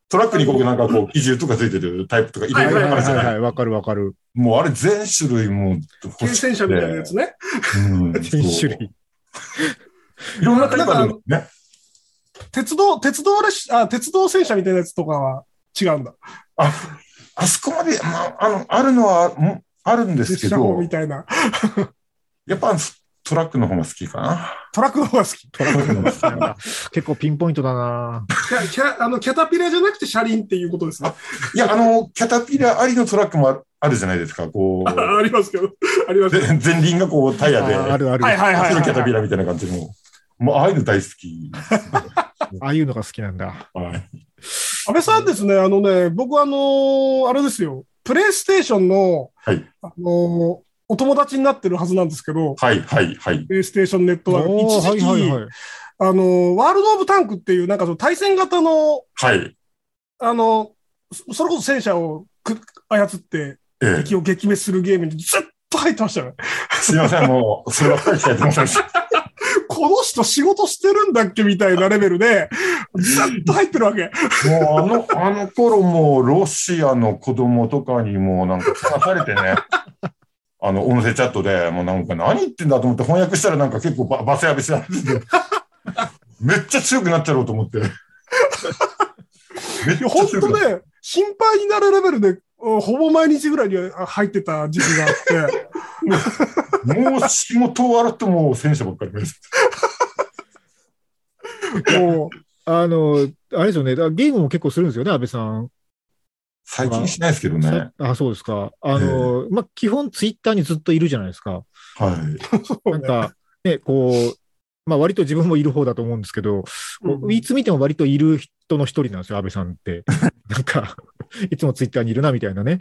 S4: トラックにこう、なんかこう、移住とかついてるタイプとか、いろ
S2: はいい
S4: ろ
S2: は
S4: あるじゃ
S2: い
S4: ない。
S2: はい、わかるわかる。
S4: もうあれ全種類もう
S3: 急
S4: 欲し
S3: 戦車みたいなやつね。
S4: うん
S2: 全種類。
S4: いろんなタイプあるのね。
S3: 鉄道、鉄道列車、あ、鉄道戦車みたいなやつとかは違うんだ。
S4: あ、あそこまで、まあ、あの、あるのは、もあるんですけ
S3: 列車砲
S4: ど
S3: み、たいな。
S4: やっぱトラックの方が好きかな。
S3: トラックの方が好き。
S4: トラックの方が好き
S2: なんか結構ピンポイントだな。
S3: キャキャあのキャタピラじゃなくて車輪っていうことですね。
S4: いや、あの、キャタピラありのトラックもああるじゃないですか。こ
S3: あありますけ ど。ありま
S4: う、
S3: すけど。
S4: ぜ前輪がこうタイヤで、
S2: ああるある。
S3: はいはいはい、
S4: 走
S3: は
S4: る
S3: い。
S4: キャタピラみたいな感じの。もう、ああいうの大好き。
S2: ああいうのが好きなんだ。
S4: はい。
S3: 安倍さんですね、あのね、僕あのーあれですよ、プレイステーションの、
S4: はい
S3: あのーお友達になってるはずなんですけど、
S4: はい、はい、はい。
S3: プレイステーションネットワーク、
S2: お
S3: 一
S2: ー
S3: 時期、
S2: はいはいはい。
S3: あのーワールド・オブ・タンクっていう、なんかその対戦型の、
S4: はい。
S3: あのーそそれこそ戦車をく操って、
S4: ええ。
S3: 敵を撃滅するゲームにずっと入ってましたね。
S4: すいません、もう、そればっかりしかやってませんでした。
S3: この人仕事してるんだっけみたいなレベルで、ずっと入ってるわけ。
S4: もう、あの、あの頃も、ロシアの子供とかにも、なんか、話されて ね、あの、音声チャットで、もうなんか、何言ってんだと思って翻訳したら、なんか結構ば、バセやべしてられてて、めっちゃ強くなっちゃろうと思って。めっ
S3: い
S4: ち
S3: や
S4: ゃ
S3: 本
S4: 強
S3: 当
S4: くなっ
S3: ね、心配になるレベルで、うんほぼ毎日ぐらいには入ってた時期があって、
S4: もう仕事終わるともう戦車ばっかりです。
S3: もう、
S2: あの、あれですよね。だからゲームも結構するんですよね、安倍さん。
S4: 最近しないですけどね
S2: さ。あ、そうですか。あの、まあ、基本ツイッターにずっといるじゃないですか。
S4: はい。
S2: なんか、ね、こう、まあ、割と自分もいる方だと思うんですけど、
S3: うん
S2: いつ見ても割といる人の一人なんですよ、安倍さんって。なんか、いつもツイッターにいるなみたいなね。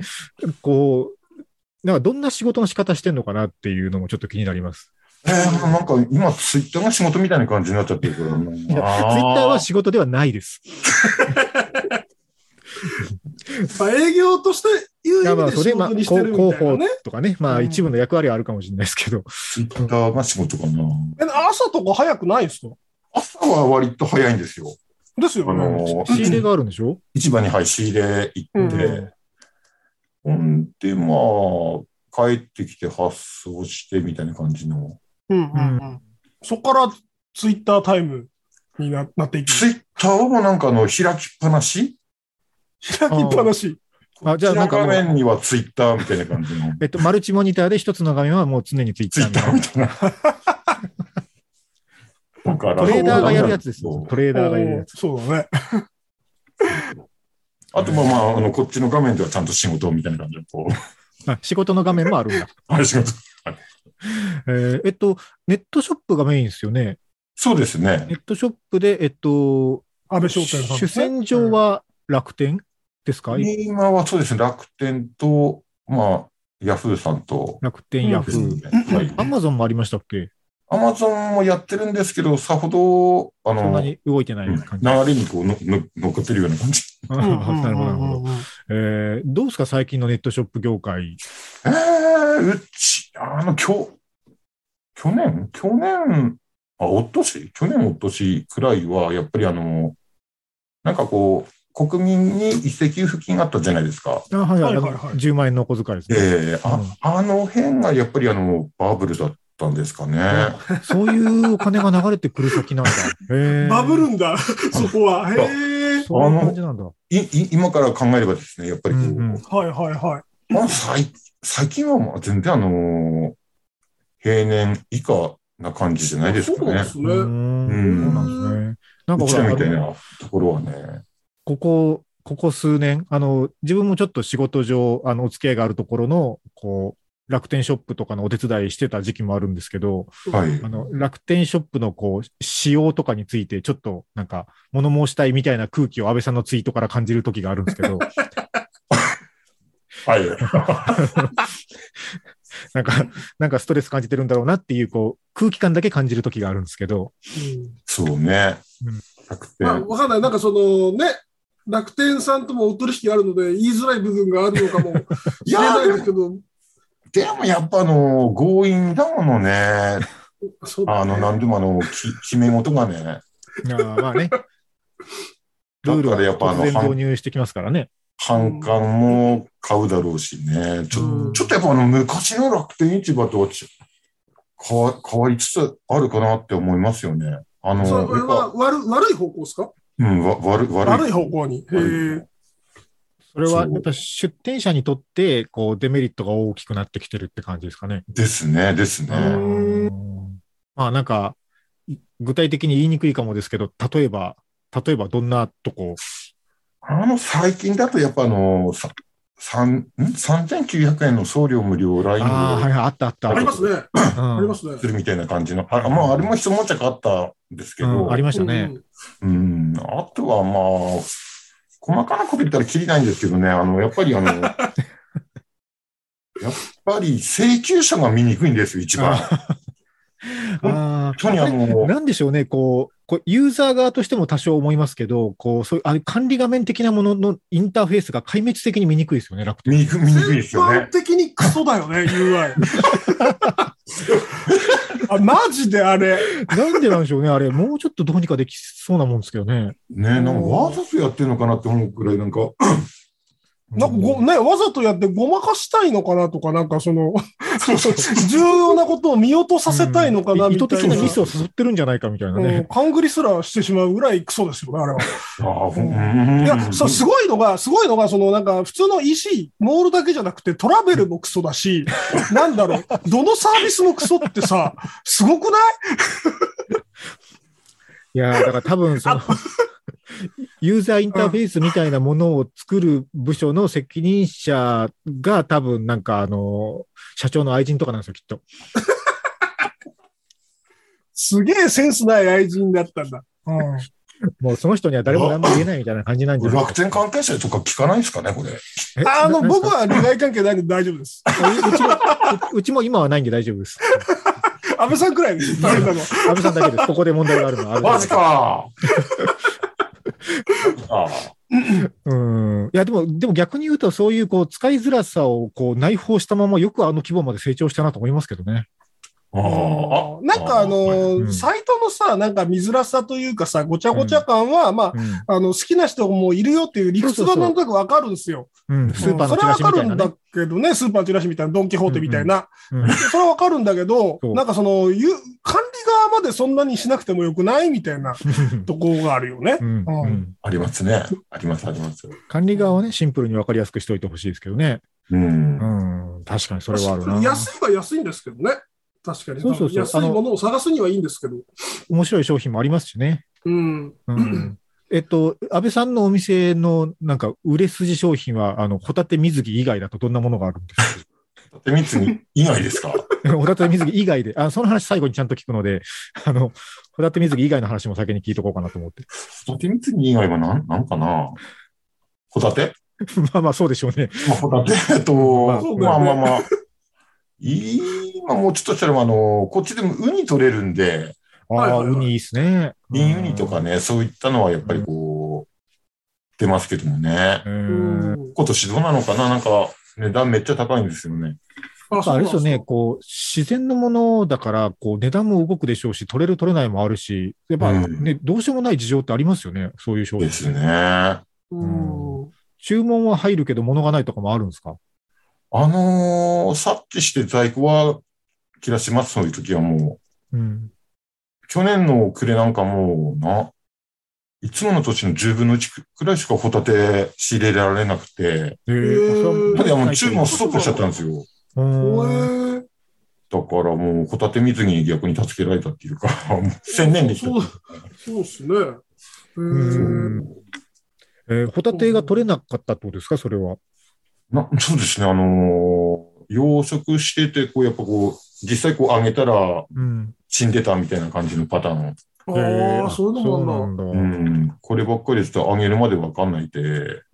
S2: こう、なんかどんな仕事の仕方してんのかなっていうのもちょっと気になります。
S4: えー、なんか今、ツイッターが仕事みたいな感じになっちゃってるからな。ツイッ
S2: ツイッターは仕事ではないです。
S3: まあ営業としていう
S2: いや
S3: 意
S2: まあ
S3: 味
S2: そ
S3: で仕
S2: れ、まあ、こ
S3: 事
S2: う
S3: にしてるみ
S2: 広
S3: たいな
S2: 報
S3: ね。
S2: とかね、まあ、
S3: うん
S2: 一部の役割はあるかもしれないですけど、
S4: ツイッターが仕事かな。
S3: え朝とか早くないんですか
S4: 朝は割と早いんですよ。
S3: ですよ
S4: あ
S3: ね。
S4: の、
S2: 仕入れがあるんでしょ
S4: 市場に、はい、仕入れ行って、ほんで、まあ、帰ってきて発送してみたいな感じの。
S3: うんうんう。
S2: うん
S3: そこからツイッタータイムにななっていく。
S4: ツイッターはもうなんかあの、開きっぱなし
S3: 開 きっぱなし。
S2: あじゃあなんか
S4: こ
S2: も
S4: ちら画
S2: う、
S4: 面にはツイッターみたいな感 じの。
S2: えっと、マルチモニターで一つの画面はもう常にツイッ
S4: ツイ
S2: ター
S4: ッ
S2: み
S4: タ
S2: たい
S4: ー
S2: な
S4: み たいな。だから
S2: トレーダーがやるやつです
S4: そ
S2: よ
S4: う。
S2: トレーダーがやるやつ。
S3: そうだね。
S4: あとまあまあ、あの、こっちの画面ではちゃんと仕事みたいな感じで、こう、
S2: あ仕事の画面もあるんだ。
S4: あれ仕事。
S2: えーえっと、ネットショップがメインですよね。
S4: そうですね
S2: ネ。ットショップで、えっと、
S3: 安倍商店さん、ね。
S2: 主戦場は楽天ですか、
S4: 今はそうですね、楽天と、まあ、ヤフーさんと、
S2: 楽天、ヤフー。
S4: はい。
S2: アマゾンもありましたっけ
S4: アマゾンもやってるんですけど、さほど、あ
S2: そんな
S4: の、
S2: に動いてない感じ。
S4: 流れにこうのの乗っかってるような感じ。
S3: うんうんうんう
S2: なる
S3: ん
S2: ほど、なるほど。えーどうですか、最近のネットショップ業界。
S4: えー、うち、あの、きょ、去年去年、あ、おっとし、去年おっとしくらいは、やっぱりあの、なんかこう、国民に一石給付金があったじゃないですか。
S2: あはいはい
S3: はいはいはい
S2: 10万円のお小遣いですね。
S4: えー、
S2: う
S4: あ
S2: ん
S4: あの辺がやっぱりあの、バブルだったんですかね。
S2: そういうお金が流れてくる先なん だ。へー
S3: バブるんだ、そこは。へえ。
S2: そういう感じなんだ。
S4: いい今から考えればですね、やっぱりこう、
S2: うんうん
S3: はいはいはい。
S4: まあ、最最近はまあ全然あのー平年以下な感じじゃないですか
S3: そうで
S4: ね。
S3: す
S2: うーん
S3: ね。
S2: そう
S4: うん
S2: なんですね。なんかほ
S4: うち
S2: ら
S4: らみ
S2: あ
S4: たい
S2: の、
S4: なところはね。
S2: ここ、ここ数年、あの、自分もちょっと仕事上、あの、お付き合いがあるところの、こう、楽天ショップとかのお手伝いしてた時期もあるんですけど、
S4: はい。
S2: あの、楽天ショップのこう、仕様とかについて、ちょっとなんか、物申したいみたいな空気を安倍さんのツイートから感じる時があるんですけ ど、
S4: はい。
S2: なんか、なんかストレス感じてるんだろうなっていう、こう、空気感だけ感じる時があるんですけど、
S3: うん
S4: そうね
S2: うん。
S4: 楽
S3: まあ、
S4: 天。
S3: わかんない。なんかそのね、楽 天さんともお取引があるので、言いづらい部分があるのかもしれないですけど、
S4: でもやっぱあの、強引だものね。
S3: そうだね
S4: あの、なんでもあの、き決め事がね、
S2: あーまあ ね。ルール
S4: だ
S2: は
S4: からやっぱあの
S2: 突然導入してきますからね。
S4: 反感も買うだろうしね。ちょ
S3: うん
S4: ちょっとやっぱあの、昔の楽天市場とはち変わ変わりつつあるかなって思いますよね。あの、
S3: そ
S4: や
S3: れ
S4: っぱ
S3: は、悪悪い方向ですか
S4: うん、わ悪い、悪い。
S3: 悪い方向に。へー
S2: それは
S4: そう
S2: やっぱ出店者にとってこうデメリットが大きくなってきてるって感じですかね。
S4: ですね、ですね。
S3: ん
S2: まあなんかい具体的に言いにくいかもですけど、例えば、例えばどんなとこ、
S4: あの、最近だとやっぱあの、さ三ん3900円の送料無料ライン
S2: ああ、はい
S4: を
S2: はい、あったあった。
S3: ありますね。
S2: うん
S3: ありますね
S4: す。るみたいな感じの、あまあ、あれも一文着あったんですけ
S2: う
S4: ど、
S2: んありました
S3: う
S2: ね。
S3: ん
S4: うん、あとはまあ、細かなこと言ったらきりないんですけどね、あの、やっぱりあの、やっぱり請求者が見にくいんですよ、一番。
S2: あ
S4: 本当にあ
S2: あ、
S4: の、
S2: なんでしょうね、こう、こうユーザー側としても多少思いますけど、こう、そういうあ管理画面的なもののインターフェースが壊滅的に見にくいですよね、楽天。
S4: 見にく見にくいです
S3: 全
S4: よ
S3: 般
S4: ね。
S3: 的にクソだよね、UI。あマジであれ。
S2: なんでなんでしょうね、あれ、もうちょっとどうにかできそうなもんですけどね。
S4: ねなんかわざとやってるのかなって思うくらい、なんか、
S3: なんかご、ね、わざとやってごまかしたいのかなとか、なんかその、 重要なことを見落とさせたいのかな
S2: うん
S3: み
S2: 意図
S3: たい
S2: 的
S3: な。
S2: なミスを誘ってるんじゃないかみたいな
S3: うん
S2: ね。
S3: 勘繰りすらしてしまうぐらいクソですよね、あれは。
S4: ああ、うん。
S3: いや、そう、すごいのが、すごいのが、その、なんか、普通の EC、モールだけじゃなくて、トラベルもクソだし、 なんだろう、どのサービスもクソってさ、すごくない
S2: いやー、だから多分その、 ユーザーインターフェースみたいなものを作る部署の責任者が多分なんかあの、社長の愛人とかなんですよ、きっと。
S3: すげえセンスない愛人だったんだ。うん。
S2: もうその人には誰も何も言えないみたいな感じなんじゃない
S4: 楽天関係者とか聞かないですかね、これ。
S2: え
S3: あの、
S2: ななんです
S3: 僕
S2: か
S3: は利害関係ないんで大丈夫です。
S2: ううちもううちも今はないんで大丈夫です。
S3: 安倍さんくらいです、 言われたの。
S2: 安倍さんだけです。ここで問題があるのは安倍さ
S4: マジ
S2: ん
S4: か ああ
S2: うん。いや、でも、でも逆に言うと、そういうこう、使いづらさをこう、内包したまま、よくあの規模まで成長したなと思いますけどね。
S4: ああ
S3: なんかあのー、
S2: うん
S3: サイトのさ、なんか見づらさというかさ、ごちゃごちゃ感は、ま
S2: うん。
S3: あ、あの、好きな人もいるよっていう理屈
S2: そうそう
S3: は
S2: そう
S3: なんとなくわかるんですよ。
S2: うん、スーパーのチラシみたいなね
S3: それはわかるんだ。けどね、スーパーのチラシみたいな、ドン・キホーテみたいな。
S2: うんうん
S3: それはわかるんだけど、
S2: そう
S3: なんかその、ゆ管理側までそんなにしなくてもよくないみたいなとこがあるよね
S2: う。ん
S3: うん
S2: うん
S4: ありますね。あります、あります。
S2: 管理側はね、シンプルに分かりやすくしておいてほしいですけどね。
S4: うん
S2: う。ん、確かにそれはあるな。
S3: 安いは安いんですけどね。確かに。
S2: そうそうそう
S3: 安いものを探すにはいいんですけど。
S2: 面白い商品もありますしね。
S3: うん。
S2: うん。えっと、安倍さんのお店のなんか売れ筋商品は、あの、ホタテ水着以外だとどんなものがあるんですか
S4: 手三つに以外ですか
S2: ホタテ水着以外で、あその話最後にちゃんと聞くので、あの、ホタテ水着以外の話も先に聞いとこうかなと思って。
S4: ホタテ三つに以外はなんなんかなホタテ
S2: まあまあ、そうでしょうね。
S4: まあ、ホタテえっと、
S2: ま
S4: ま
S2: あ
S4: あ
S2: そう
S3: だ
S4: ま
S3: よ
S4: あ
S3: ね
S4: まあまあ。今もうちょっとしたら、あの、こっちでもウニ取れるんで、
S2: あ
S3: はい
S2: あ、
S3: はいはい
S2: ウニいいっすね。
S4: 瓶ウニとかね、そういったのはやっぱりこう、出ますけどもね。
S2: う。
S3: うんん。
S4: 今年どうなのかななんか、値段めっちゃ高いんですよね。
S3: あ
S2: あれですよね、。こう、自然のものだから、こう、値段も動くでしょうし、取れる取れないもあるし、やっぱ
S4: うん
S2: ね、どうしようもない事情ってありますよね、そういう商
S4: で
S2: 品。
S4: すね。
S3: そうなんです
S2: 注文は入るけど、物がないとかもあるんですか
S4: あのー、察知して在庫は切らしますそういう時はも
S2: うん。
S4: う、去年の暮れなんかもうな、いつもの年の10分の1くらいしかホタテ仕入れられなくて、
S2: ええ
S3: へえ
S4: やっぱりあの注文ストップしちゃったんですよ。
S2: う
S3: うん
S2: ん
S3: おえ
S4: だからもうホタテ水着に逆に助けられたっていうか、 もう専念できた。
S3: そうそうですね。へー
S2: うんえーホタテが取れなかったってことですか、それは。
S4: な そうですね、あのー養殖してて、こうやっぱこう、実際こう揚げたら
S2: うん。
S4: 死んでたみたいな感じのパターン。
S3: ああ、そういうのもあるな。
S2: んだ。う
S4: うんん、こればっかりですと揚げるまでわかんないで、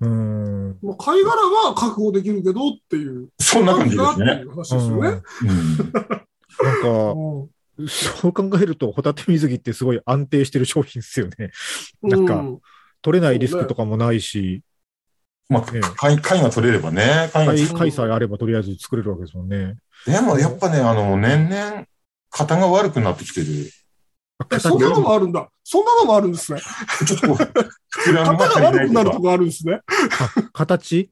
S2: うん。
S3: まあ、貝殻は確保できるけどっていう。
S4: そんな感じです
S3: って
S4: ね。
S3: いう話ですよね。
S4: うん
S2: なんか、
S3: うん
S2: そう考えると、ホタテ水着ってすごい安定してる商品ですよね。なんか
S3: う
S2: 取れないリスクとかもないし、
S4: まあ、
S2: ええ
S4: 貝貝が取れればね、貝が
S2: 貝貝さえあればとりあえず作れるわけですもんね。
S4: でもやっぱね、あの、年々、型が悪くなってきてる。
S3: えそんなのもあるんだ。そんなのもあるんですね。
S4: ちょっとこう、 膨ら
S3: 型
S4: みが
S3: が
S4: 足
S3: 悪
S4: りない
S3: くなると
S4: とか、
S3: こあるんですね。
S2: 形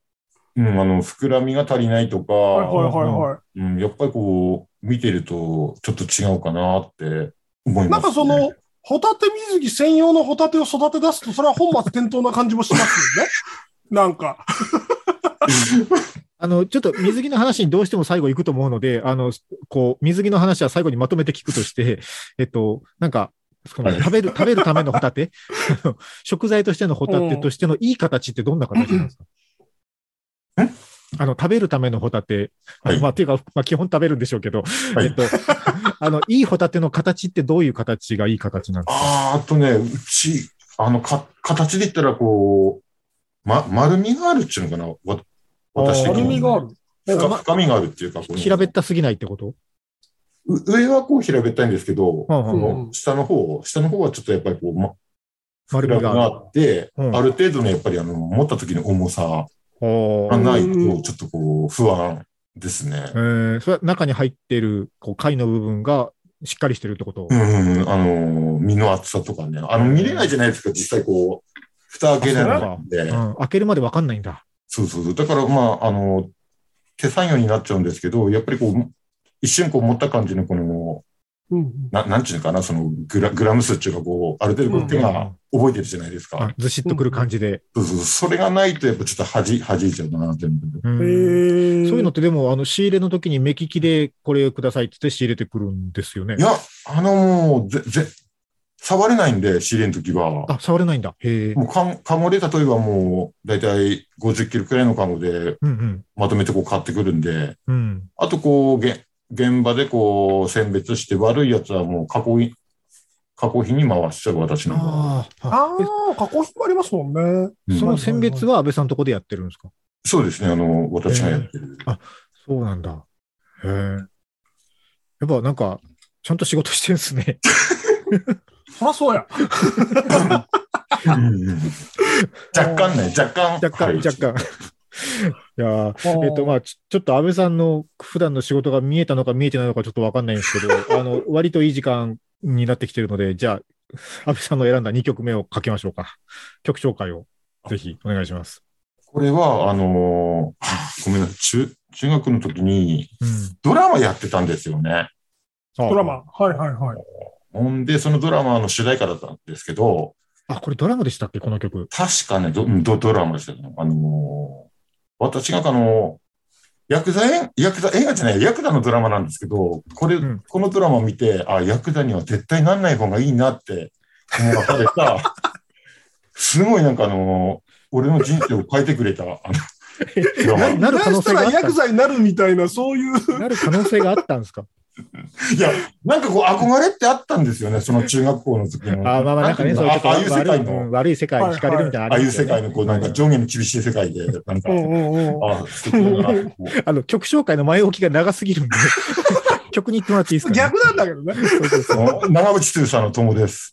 S4: うん、あの、膨らみが足りないとか、
S3: はいはいはいは
S4: うん、やっぱりこう、見てると、ちょっと違うかなって思
S3: い。
S4: います、ね。
S3: なんかそ の、、ホタテ水着専用のホタテを育て出すと、それは本末転倒な感じもしますよね。 なんか。
S2: あの、ちょっと水着の話にどうしても最後行くと思うので、あの、こう、水着の話は最後にまとめて聞くとして、 えっと、なんか、その
S4: はい
S2: 食べる、食べるためのホ タテあの食材としてのホタテとしてのいい形ってどんな形なんですか
S4: ん
S2: あの、食べるためのホタテ。
S4: はい
S2: まあ、っていうか、まあ、基本食べるんでしょうけど、
S4: はい
S2: えっと、あの、いいホタテの形ってどういう形がいい形なんですか
S4: あーあとね、うち、あの、か、形で言ったらこう、ま、丸みがあるっていうのかな、わ、私的
S2: あー
S3: 丸み
S4: に
S3: があ
S4: は。
S3: る。
S4: なんか
S2: ま
S4: 深みがあるっていうか、こう
S2: 平べったすぎないってこと
S4: う上はこう平べったいんですけど、
S2: うんうん
S4: この下の方、下の方はちょっとやっぱりこう、ま、
S2: 丸み
S4: 膨ら
S2: が
S4: みが
S2: あ
S4: あ
S2: る。
S4: って、
S2: うん
S4: ある程度のやっぱりあの、持った時の重さ
S2: お
S4: が
S2: ー
S4: ないと
S3: うん、
S4: ちょっとこう、不安ですね
S2: え。ー、それは中に入ってる、こう、貝の部分がしっかりしてるってこと、
S4: うんうんうん、あのー、身の厚さとかね。あの、見れないじゃないですか、実際こう、蓋開けないんで。
S2: うん開けるまでわかんないんだ。
S4: そうそうそう。だから、まあ、あの、手作業になっちゃうんですけど、やっぱりこう、一瞬こう持った感じのこの、
S3: うんうん
S4: ななんていうのかな、そのグラグラム数っていうか、こう、ある程度こう手が覚えてるじゃないですか。
S2: あずしっとくる感じで。
S4: そうそうそれがないと、やっぱちょっと恥、恥じいちゃうなって思う。
S2: うん
S3: へー
S2: そういうのってでも、あの、仕入れの時に目利きでこれくださいって言って仕入れてくるんですよね
S4: い。や、あの、もう、ぜ、ぜ、触れないんで、仕入れの時は。
S2: あ、触れないんだ。へえ。
S4: もうカゴ、カゴで、例えばもう、だいたい50キロくらいのカゴで、
S2: うんうん。
S4: まとめてこう買ってくるんで、
S2: うん。
S4: あとこう、げ現場でこう、選別して悪いやつはもう加工品、加工品に回しちゃう私の方。
S2: あーあ。
S3: ああ、加工品もありますもんね。
S4: うん
S2: その選別は安倍さんのとこでやってるんですか
S4: そうですね、あの、私がやってる。
S2: そうなんだ。へえ。やっぱなんか、ちゃんと仕事してるんです ね。
S3: そらそうや。
S4: うんうん若干ね、若干。
S2: 若干、
S4: はい
S2: 若干。 いやーえっと、ま
S3: あ
S2: あ、ちょちょっと安倍さんの普段の仕事が見えたのか見えてないのかちょっとわかんないんですけ ど、あの、割といい時間になってきてるので、じゃあ、安倍さんの選んだ2曲目をかけましょうか。曲紹介をぜひお願いします。
S4: これは、あの ー、ごめんなさい、中、中学の時に
S2: うん。
S4: ドラマやってたんですよね。
S2: あ
S3: ドラマ。。はいはいはい。
S4: ほんで、そのドラマの主題歌だったんですけど、
S2: あ、これドラマでしたっけこの曲。
S4: 確かね、どどドラマでしたね。あのー私があのーヤクザ映ヤクザ映画じゃない、ヤクザのドラマなんですけど、これ、
S2: うん
S4: このドラマを見て、あ、ヤクザには絶対なんない方がいいなって思わされ た、すごいなんかあのー俺の人生を変えてくれた、あ の、ドラマ。
S2: なる可能性があっ
S3: なんし
S2: た
S3: たらヤクザになるみたいな、そういう。
S2: なる可能性があったんですか
S4: いや、なんかこう、憧れってあったんですよね、その中学校の時の。
S2: あーまあまあ、なんかね、そういうちょっと
S4: ああいう世
S2: 悪い
S4: 界
S2: うん
S4: の、
S2: 悪い世界に惹かれるみたいなの
S4: ああ
S2: り
S4: い
S2: ま
S4: う
S2: すよ
S4: 世
S2: ね
S4: 界の、こう、なんか上下に厳しい世界で、なんか
S3: う、んうんうん
S4: あ、素敵だな、こう
S2: あの、曲紹介の前置きが長すぎ るんで、曲に行ってもらっていいですか、ね、
S3: 逆なんだけどね。
S2: そうそうそう
S4: 長渕剛さんの友です。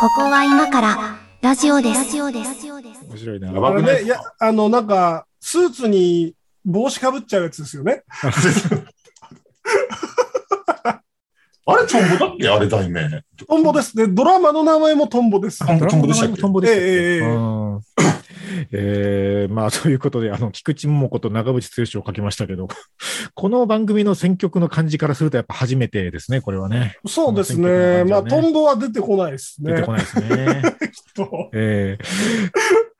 S1: ここは今からラジオです。ラジオです。
S2: 面白いな。
S4: や
S3: あ
S4: ば
S3: れ
S4: くない
S3: ね、いや、あの、なんか、スーツに帽子かぶっちゃうやつですよね。
S4: あれ、トンボだっけあれ、題名。
S3: トンボです。で、ドラマの名前もトンボです。
S4: あトンボでしたっけ
S2: トンボでしたっけ
S3: ええええ
S2: うん えーまあ、ということで、あの、菊池桃子と長渕剛をかけましたけど、 この番組の選曲の感じからすると、やっぱ初めてですね、これはね。
S3: そうです
S2: この選
S3: ね。
S2: 挙の感じ
S3: ま
S2: は
S3: あ、
S2: ね
S3: トンボは出てこないです
S2: 出
S3: ね。
S2: てこないです ね。
S3: と
S2: え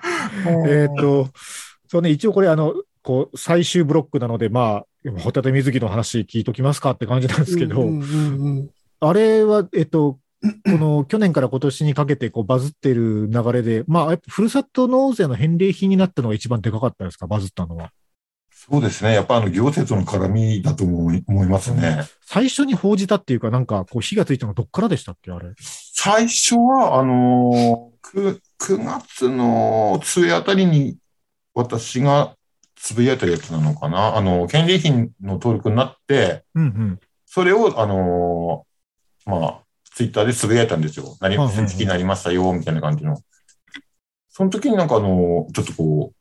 S2: ーえーっと、そうね、一応これ、あの、こう、最終ブロックなので、まあ、ホタテ水着の話聞いときますかって感じなんですけど、
S3: うんうんうん
S2: あれは、えっと、この去年から今年にかけてこうバズってる流れで、まあ、やっぱふるさと納税の返礼品になったのが一番でかかったですか、バズったのは。
S4: そうですね。やっぱ、あの、行政との絡みだと思い思いますね。
S2: 最初に報じたっていうか、なんか、こう、火がついたのどっからでしたっけ、あれ。
S4: 最初は、あのー、9, 月の末あたりに、私がつぶやいたやつなのかな。あの、権利品の登録になって、
S2: うんうん。
S4: それを、あのーまあ、ツイッターでつぶやいたんですよ。何
S2: うんうんうん
S4: 戦績になりましたよ、みたいな感じの。その時になんかあの、ちょっとこう、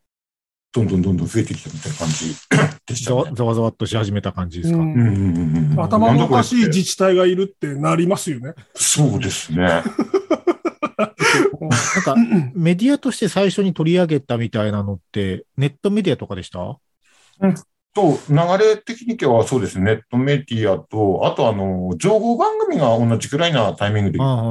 S4: どんどんどんどん増えてきたみたいな感じ でした
S2: ざわ
S4: ね。
S2: ざわざわっとし始めた感じですか。
S3: うん
S4: うんうんうんうん
S3: 頭のおかしい
S4: なんだこれって
S3: 自治体がいるってなりますよね。
S4: そうですね。
S2: なんか、メディアとして最初に取り上げたみたいなのって、ネットメディアとかでした
S4: と、流れ的に今日はそうですね。ネットメディアと、あとあの、情報番組が同じくらいなタイミングで取
S2: ああ。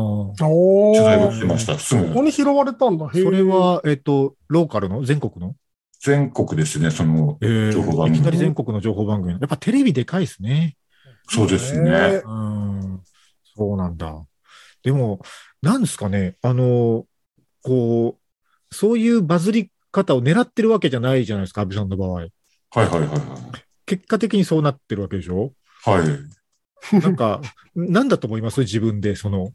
S3: おお。
S4: 材を
S3: こ
S4: してました。す
S3: こ
S4: ぐ。
S3: に拾われたんだ。へー
S2: それ。は、えっと、ローカルの全国の
S4: 全国ですね。その、
S2: えー
S4: 情報番組
S2: いきなり全国の情報番組。やっぱテレビでかいですね。
S4: そうです
S3: ね
S4: ね。
S2: うん。そうなんだ。でも、なんですかね、あの、こう、そういうバズり方を狙ってるわけじゃないじゃないですか、安倍さんの場合。
S4: はいはいはい
S2: 結果的にそうなってるわけでしょ
S4: はい。はい。
S2: なんか、なんだと思います自分で、その、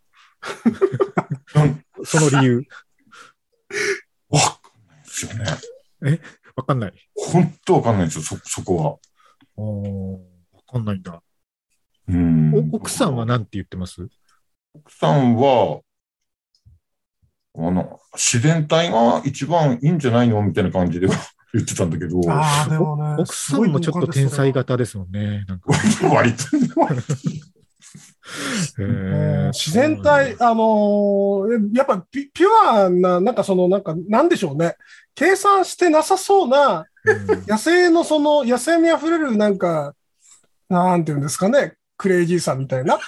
S4: なん
S2: その理 由。
S4: わかんないですよね。
S2: わかんない。
S4: 本当わかんないですよ、そ、そこは。
S2: あーわかんないんだ。
S4: うん
S2: お奥さんはなんて言ってます
S4: 奥さんは、あの、自然体が一番いいんじゃないのみたいな感じで 言ってたんだけど、
S3: ああ、でもね。
S2: 奥さんもちょっと天才型ですもんね。なんか
S4: 割と、
S2: へ
S3: うん
S2: ー
S3: 自然体、あのーやっぱピピュアな、なんかその、なんか、なんでしょうね。計算してなさそうな、
S2: うん
S3: 野生のその、野生味あふれる、なんか、なんていうんですかね、クレイジーさみたいな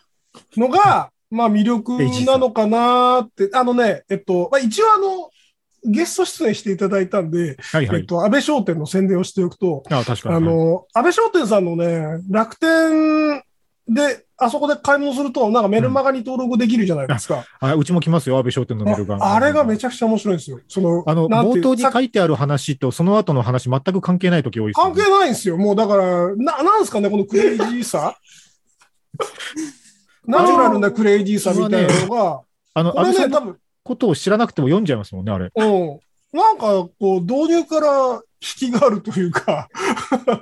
S3: のが、まあ魅力なのかなって、あのね、えっと、まあ、一応あの、ゲスト出演していただいたんで、
S2: はいは
S3: えっ
S2: い。
S3: と、安倍商店の宣伝をしておくと、
S2: あ確かに。
S3: あの、安倍商店さんのね、楽天で、あそこで買い物すると、なんかメルマガに登録できるじゃないですか。
S2: あうちも来ますよ、安倍商店のメールが。
S3: ああれがめちゃくちゃ面白いんですよ。その、
S2: あの、
S3: なんてい
S2: 冒頭
S3: う
S2: に
S3: さっき
S2: 書いてある話と、その後の話、全く関係ない時多いですよ
S3: 関
S2: ね、
S3: 係ないんですよ。もうだから、な、なんですかね、このクレイジ ーさ。ナチュラルなクレイジーさみたいなのが、
S2: あの、
S3: こ
S2: 安倍さ
S3: れね、
S2: んの
S3: 多分、
S2: ことを知らなくても読んじゃいますもんね、あれ。
S3: うん。なんか、こう、導入から引きがあるというか、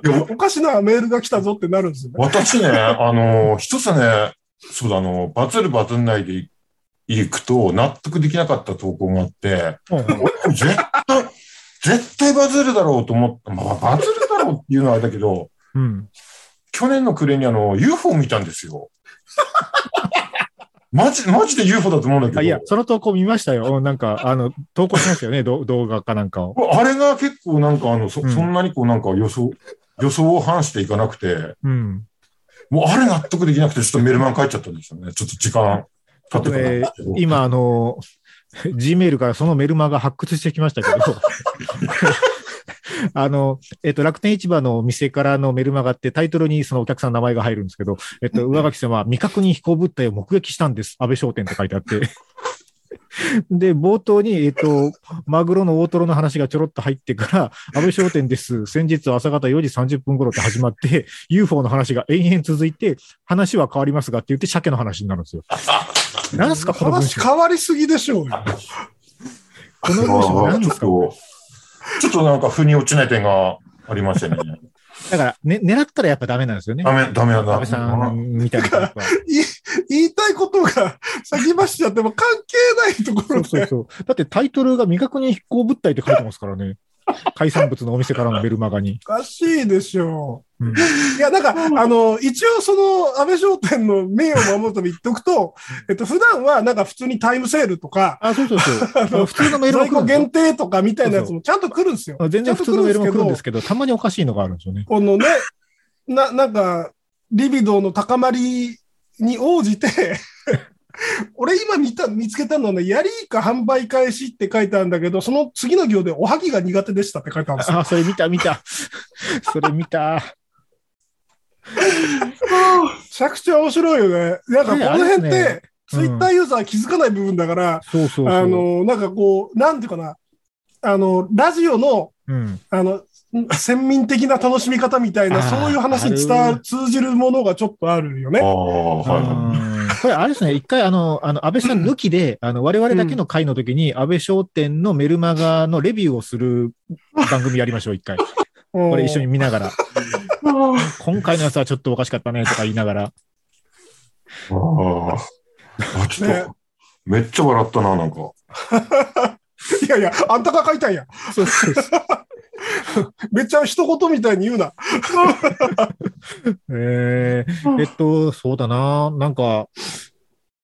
S4: いや
S3: おかしなメールが来たぞってなるんですよね。
S4: 私ね、あの、一つね、そうだ、あの、バズるバズんないで行くと納得できなかった投稿があって、
S2: うん
S4: 絶対、絶対バズるだろうと思った。まあ、バズるだろうっていうのはあれだけど、
S2: うん。
S4: 去年の暮れにあの、UFO 見たんです よ。マジ、マジで UFO だと思うんだ
S2: あい
S4: け
S2: や
S4: ど、。
S2: その投稿見ましたよ。なんか、あの、投稿しましたよね、ど 動画かなんかを。
S4: あれが結構なんかあの、そ,、
S2: うん
S4: ん、なにこうなんか予想、予想を反していかなくて、
S2: うん。
S4: もうあれ納得できなくてちょっとメルマン書いちゃったんですよね。ちょっと時間経ってからなんですけど。
S2: 今、あの、G メールからそのメルマが発掘してきましたけど、 あの、えっと、楽天市場のお店からのメルマガってタイトルにそのお客さんの名前が入るんですけど、えっと、上垣様は未確認飛行物体を目撃したんです。安倍商店って書いてあって。で、冒頭に、えっと、マグロの大トロの話がちょろっと入ってから、安倍商店です。先日朝方4時30分頃って始まって、UFO の話が延々続いて、話は変わりますがって言って、鮭の話になるんですよ。なんすか、この文章
S3: 話。変わりすぎでしょうよ。
S2: この
S4: あ
S2: 文章
S4: あ
S2: 何
S4: ち
S2: で
S4: ょ
S2: すか
S4: っと、ちょっとなんか腑に落ちない点がありま したね。
S2: だから、ね、狙ったらやっぱダメなんですよね。
S4: ダメ、ダメだ
S2: 安
S4: な。
S2: 倍さんみたいなタイプは。
S3: 言いたいことが先走っちゃっても関係ないとこ
S2: そ
S3: ろ
S2: うそう
S3: で。
S2: そう。だってタイトルが未確認飛行物体って書いてますからね。海産物のお店からのベルマガに。
S3: おかしいでしょう。
S2: うん
S3: いや、なんか、あの、一応その、安倍商店の名誉を守るために言っとくと、えっと、普段はなんか普通にタイムセールとか、
S2: あ、そうそうそう。あの普通のメールも
S3: 在
S2: 来る
S3: 庫
S2: んです
S3: 限定とかみたいなやつもちゃんと来るんですよ。
S2: よ。全然普通のメールも来るんです
S3: け
S2: けど、たまにおかしいのがあるんですよね。
S3: ど。このね、な、なんか、リビドーの高まりに応 じて、俺今見た、見つけたのはね、やりか販売開始って書いてあるんだけど、その次の行でおはぎが苦手でしたって書いてあるんですよ。
S2: あ、それ見た見た。それ見た。
S3: めちゃくちゃ面白いよね。なんかこ
S2: あれ
S3: の辺っ
S2: あれ
S3: て、
S2: す
S3: ツ
S2: ね
S3: イ
S2: うん
S3: ッターユーザー気づかない部分だから、
S2: そうそうそう。
S3: あの、なんかこう、なんていうかな、あの、ラジオの、
S2: うん、
S3: あの、先民的な楽しみ方みたいな、
S2: あー
S3: そういう話に伝
S2: あ
S3: わ
S2: る
S3: る、通じるものがちょっとあるよね
S4: あ。あ、はいはい。
S2: うんこれ、あれですね、一回、あの、あの、安倍さん抜きで、あの、我々だけの会の時に、安倍商店のメルマガのレビューをする番組やりましょう、一回。
S3: こ
S2: これ一緒に見なが ら。今回のやつはちょっとおかしかったねとか言いながら。
S4: ああ。あ、ちょっと、
S3: ね
S4: めっちゃ笑ったな、なんか。
S3: いやいや、あんたが書いたんや。
S2: そうそうそう。
S3: めっちゃ一言みたいに言うな。
S2: えー、えっと、そうだな。なんか、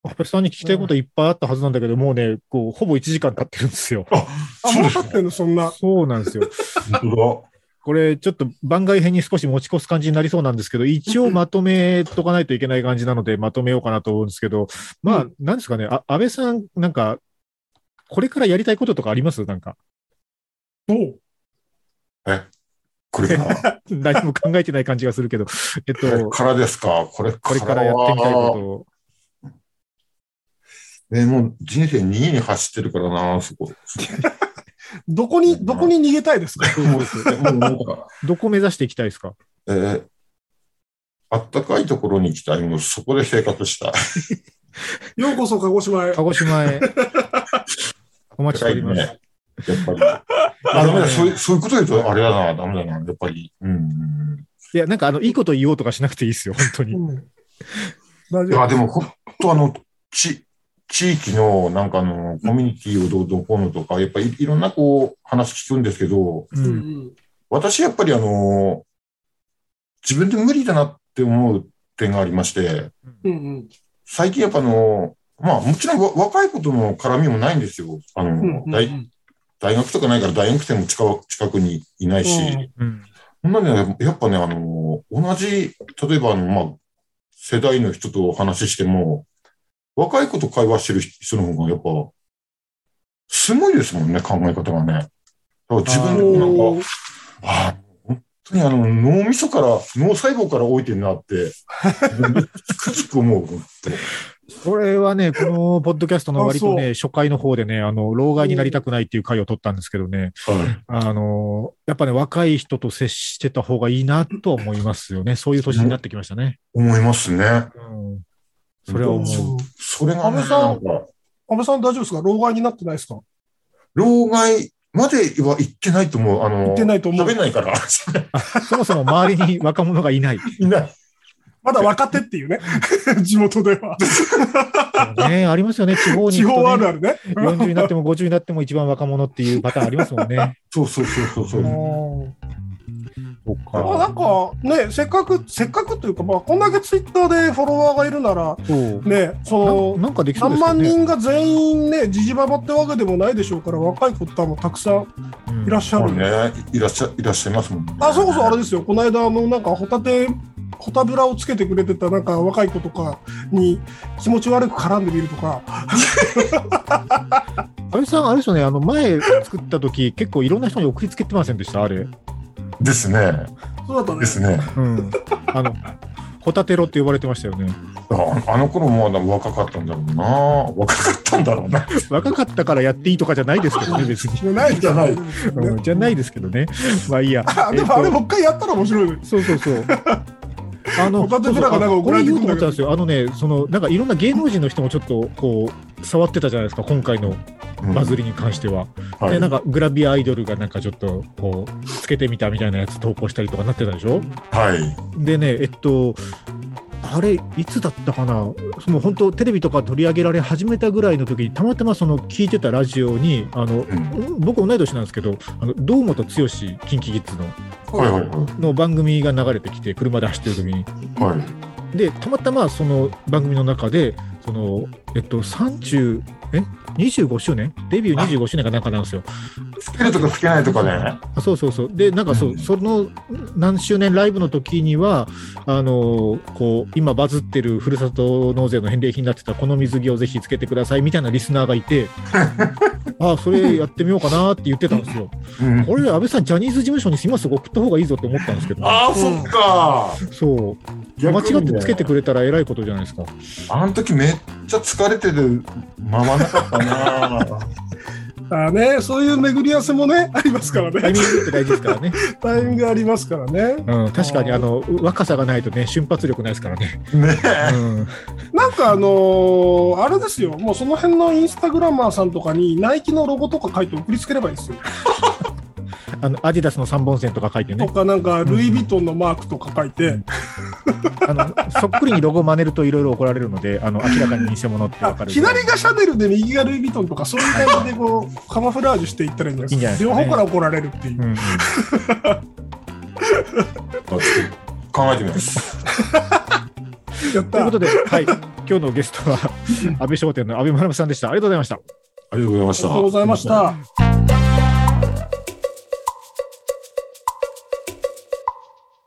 S2: 阿部さんに聞きたいこといっぱいあったはずなんだけど、もうね、こう、ほぼ1時間経ってるんですよ。
S3: あ、
S4: そう
S3: もう
S4: です
S3: 立ってんの、そんな。
S2: そうなんですよ。
S4: 本当
S2: これ、ちょっと番外編に少し持ち越す感じになりそうなんですけど、一応まとめとかないといけない感じなので、まとめようかなと思うんですけど、まあ
S3: う、
S2: なんですかね、あ安倍さん、なんか、これからやりたいこととかありますなん か、
S3: どう
S4: だ。え、これ か
S2: 何も考えてない感じがするけど、えっ
S4: ら。
S2: と、
S4: からですかこれ
S2: これからやってみたいことを。
S4: と。え、もう人生2位に走ってるからな、そこ。
S3: どこに、どこに逃げたいですか
S4: もうなんか、
S2: どこ目指していきたいですか
S4: えーあったかいところに行きたい。もうそこで生 活したい。
S3: ようこそ鹿児島へ。
S2: 鹿児島へ。お待ちしております。
S4: ねやっぱ り。あ、ダメだ。そういうそういうこと言うと、あれだな、ダメだな。やっぱり。うんうん
S2: いや、なんか、あの、いいこと言おうとかしなくていいですよ、本当に。
S3: うん大
S4: うん。いや、
S3: 丈
S4: でも、ほんとあの、ち、地域の、なんかあの、コミュニティをどうどうこうのとか、やっぱりいろんなこう、話聞くんですけど、
S2: う
S3: 夫。うん
S2: ん。
S3: うん
S4: 私やっぱりあの、自分で無理だなって思う点がありまして、
S3: うんうん。
S4: 最近やっぱあの、まあもちろんわ若い子との絡みもないんですよ。あの、
S3: うんうんう
S4: 大
S3: ん
S4: 大学とかないから大学生も近く近くにいないし、
S2: うん。
S4: そんなね、やっぱね、あの、同じ、例えばあの、まあ、世代の人とお話ししても、若い子と会話してる人の方がやっぱ、すごいですもんね、考え方がね。だから自分でもなんか、
S3: おー
S4: ああ、本当にあの脳みそから、脳細胞から老いてるな って、つくづく思う。本当
S2: これはね、このポッドキャストの割とね、
S3: あ
S2: 初回の方でね、あの、老害になりたくないっていう回を取ったんですけどね、
S4: はい
S2: あの、やっぱね、若い人と接してた方がいいなと思いますよね。そういう年になってきましたね。
S4: 思いますね。
S2: うん。それは思う。
S3: そう
S4: それが、
S3: 安
S4: ね、
S3: 倍さん
S4: なんか、
S3: 安倍さん大丈夫ですか老害になってないですか
S4: 老害までは行ってないと思う。あの、
S3: 言ってないと思う
S4: 喋。んないから。
S2: そもそも周りに若者がいない。
S4: いない。
S3: まだ若手っていうね。 地元では。
S2: ね、ありますよね、地方に
S3: 地
S2: 行くとね
S3: 方あるあるね。
S2: 40になっても50になっても一番若者っていうパターンありますもんね。
S4: そうそうそうそうそうう。
S3: ん
S2: そっ
S3: まあなんかね、せっかく、せっかくというか、まあこんだけツイッターでフォロワーがいるなら、
S2: そう。
S3: ね、
S2: な
S3: そ
S2: なんかでき
S3: の、
S2: そうですよ
S3: 何万
S2: ね。
S3: 人が全員ね、じじばばってわけでもないでしょうから、若い子多分たくさん
S2: うん
S3: いらっしゃ
S4: そ
S3: る。
S4: うね、いらっしゃいらっしゃいますもんね。
S3: あ、それこそあれですよ、この間、あの、なんかホタテ、ホタブラをつけてくれてた、なんか若い子とかに気持ち悪く絡んでみるとか、
S2: 安倍さん、あれですよね、あの前作った時結構いろんな人に送りつけてませんでした、あれ。
S4: ですね。
S3: そうだったね
S4: で。すね。
S2: うん。あの、ホタテロって呼ばれてましたよね。
S4: ああの頃まだ若かったんだろうな。若かったんだろうな。
S2: 若かったからやっていいとかじゃないですけどね、別に。
S3: じゃない
S4: じゃない
S2: うんじゃないですけどね。まあいいや。
S3: あ、で
S2: えっ
S3: も
S2: と
S3: あれもう一回やったら面白いね。
S2: そうそうそう。あの、
S3: ホタテブラがなんか
S2: そうそうあ
S3: 送
S2: こ
S3: ら
S2: れ
S3: れて
S2: 言
S3: く
S2: おうと思
S3: るんだけど
S2: ったんですよ。あのね、その、なんかいろんな芸能人の人もちょっと、こう、触ってたじゃないですか、今回のバズ
S4: り。
S2: りに関しては。
S4: は
S2: で、
S4: い
S2: なんかグラビアアイドルがなんかちょっと、こう、つけてみたみたいなやつ投稿したりとかなってたでしょ
S4: はい。
S2: でね、えっと、あれ、いつだったかな、もう本当、テレビとか取り上げられ始めたぐらいの時に、たまたまその聞いてたラジオに、あの
S4: うん
S2: 僕、同い年なんですけど、あの堂本剛、KinKiKids
S4: はいはいは
S2: のの番組が流れてきて、車で走ってる時に、
S4: い。はい。
S2: で、たまたまその番組の中で、そのえっと、30、え25周年、デビュー25周年かなんかなんですよ。
S4: つけるとかつけないとかね。
S2: あそうそうそう。で、なんかそう、
S4: うん
S2: その何周年ライブの時には、あのーこう、今バズってるふるさと納税の返礼品になってたこの水着をぜひつけてくださいみたいなリスナーがいて、 あそれやってみようかなって言ってたんですよ。
S4: うん
S2: これ、安倍さん、ジャニーズ事務所に今すぐ送った方がいいぞって思ったんですけど、
S4: ああ、そっか。
S2: そう。間
S4: 逆
S2: 違
S4: に
S2: っ
S4: ね
S2: てつけてくれたらえらいことじゃないですか。
S4: あの時めっちゃ疲れてるままなかったな。
S3: あね、そういう巡り合わせもね、 ありますから
S2: タイミ
S3: ね。
S2: ングって大事です からね。
S3: タイミングありますからね。
S2: うん、確かに、あの、若さがないとね、瞬発力ないですからね。
S4: ね
S2: うん。
S3: なんかあのーあれですよ、もうその辺のインスタグラマーさんとかに、ナイキのロゴとか書いて送りつければいいですよ。
S2: あのアディダスの3本線とか書いて
S3: と
S2: ね、
S3: か、なんか、ルイ・ヴィトンのマークとか書いて、
S2: あのそっくりにロゴ真似るといろいろ怒られるので、あの明らかに偽物って
S3: あ
S2: 分かる。
S3: 左がシャネルで右がルイ・ヴィトンとか、そういう感じでこう、カモフラージュしていったらいいんじゃないですか。
S2: いいんじゃ
S3: 両
S2: ないですかね
S3: 方から怒られるっていうう。
S2: んうん
S4: 考えてみます。
S3: やっ
S2: という
S3: た
S2: ことで、はい、今日のゲストは安倍商店の安倍学さんでした。ありがとうございました。
S4: ありがとうございま
S3: あり
S4: し
S3: がとうございました。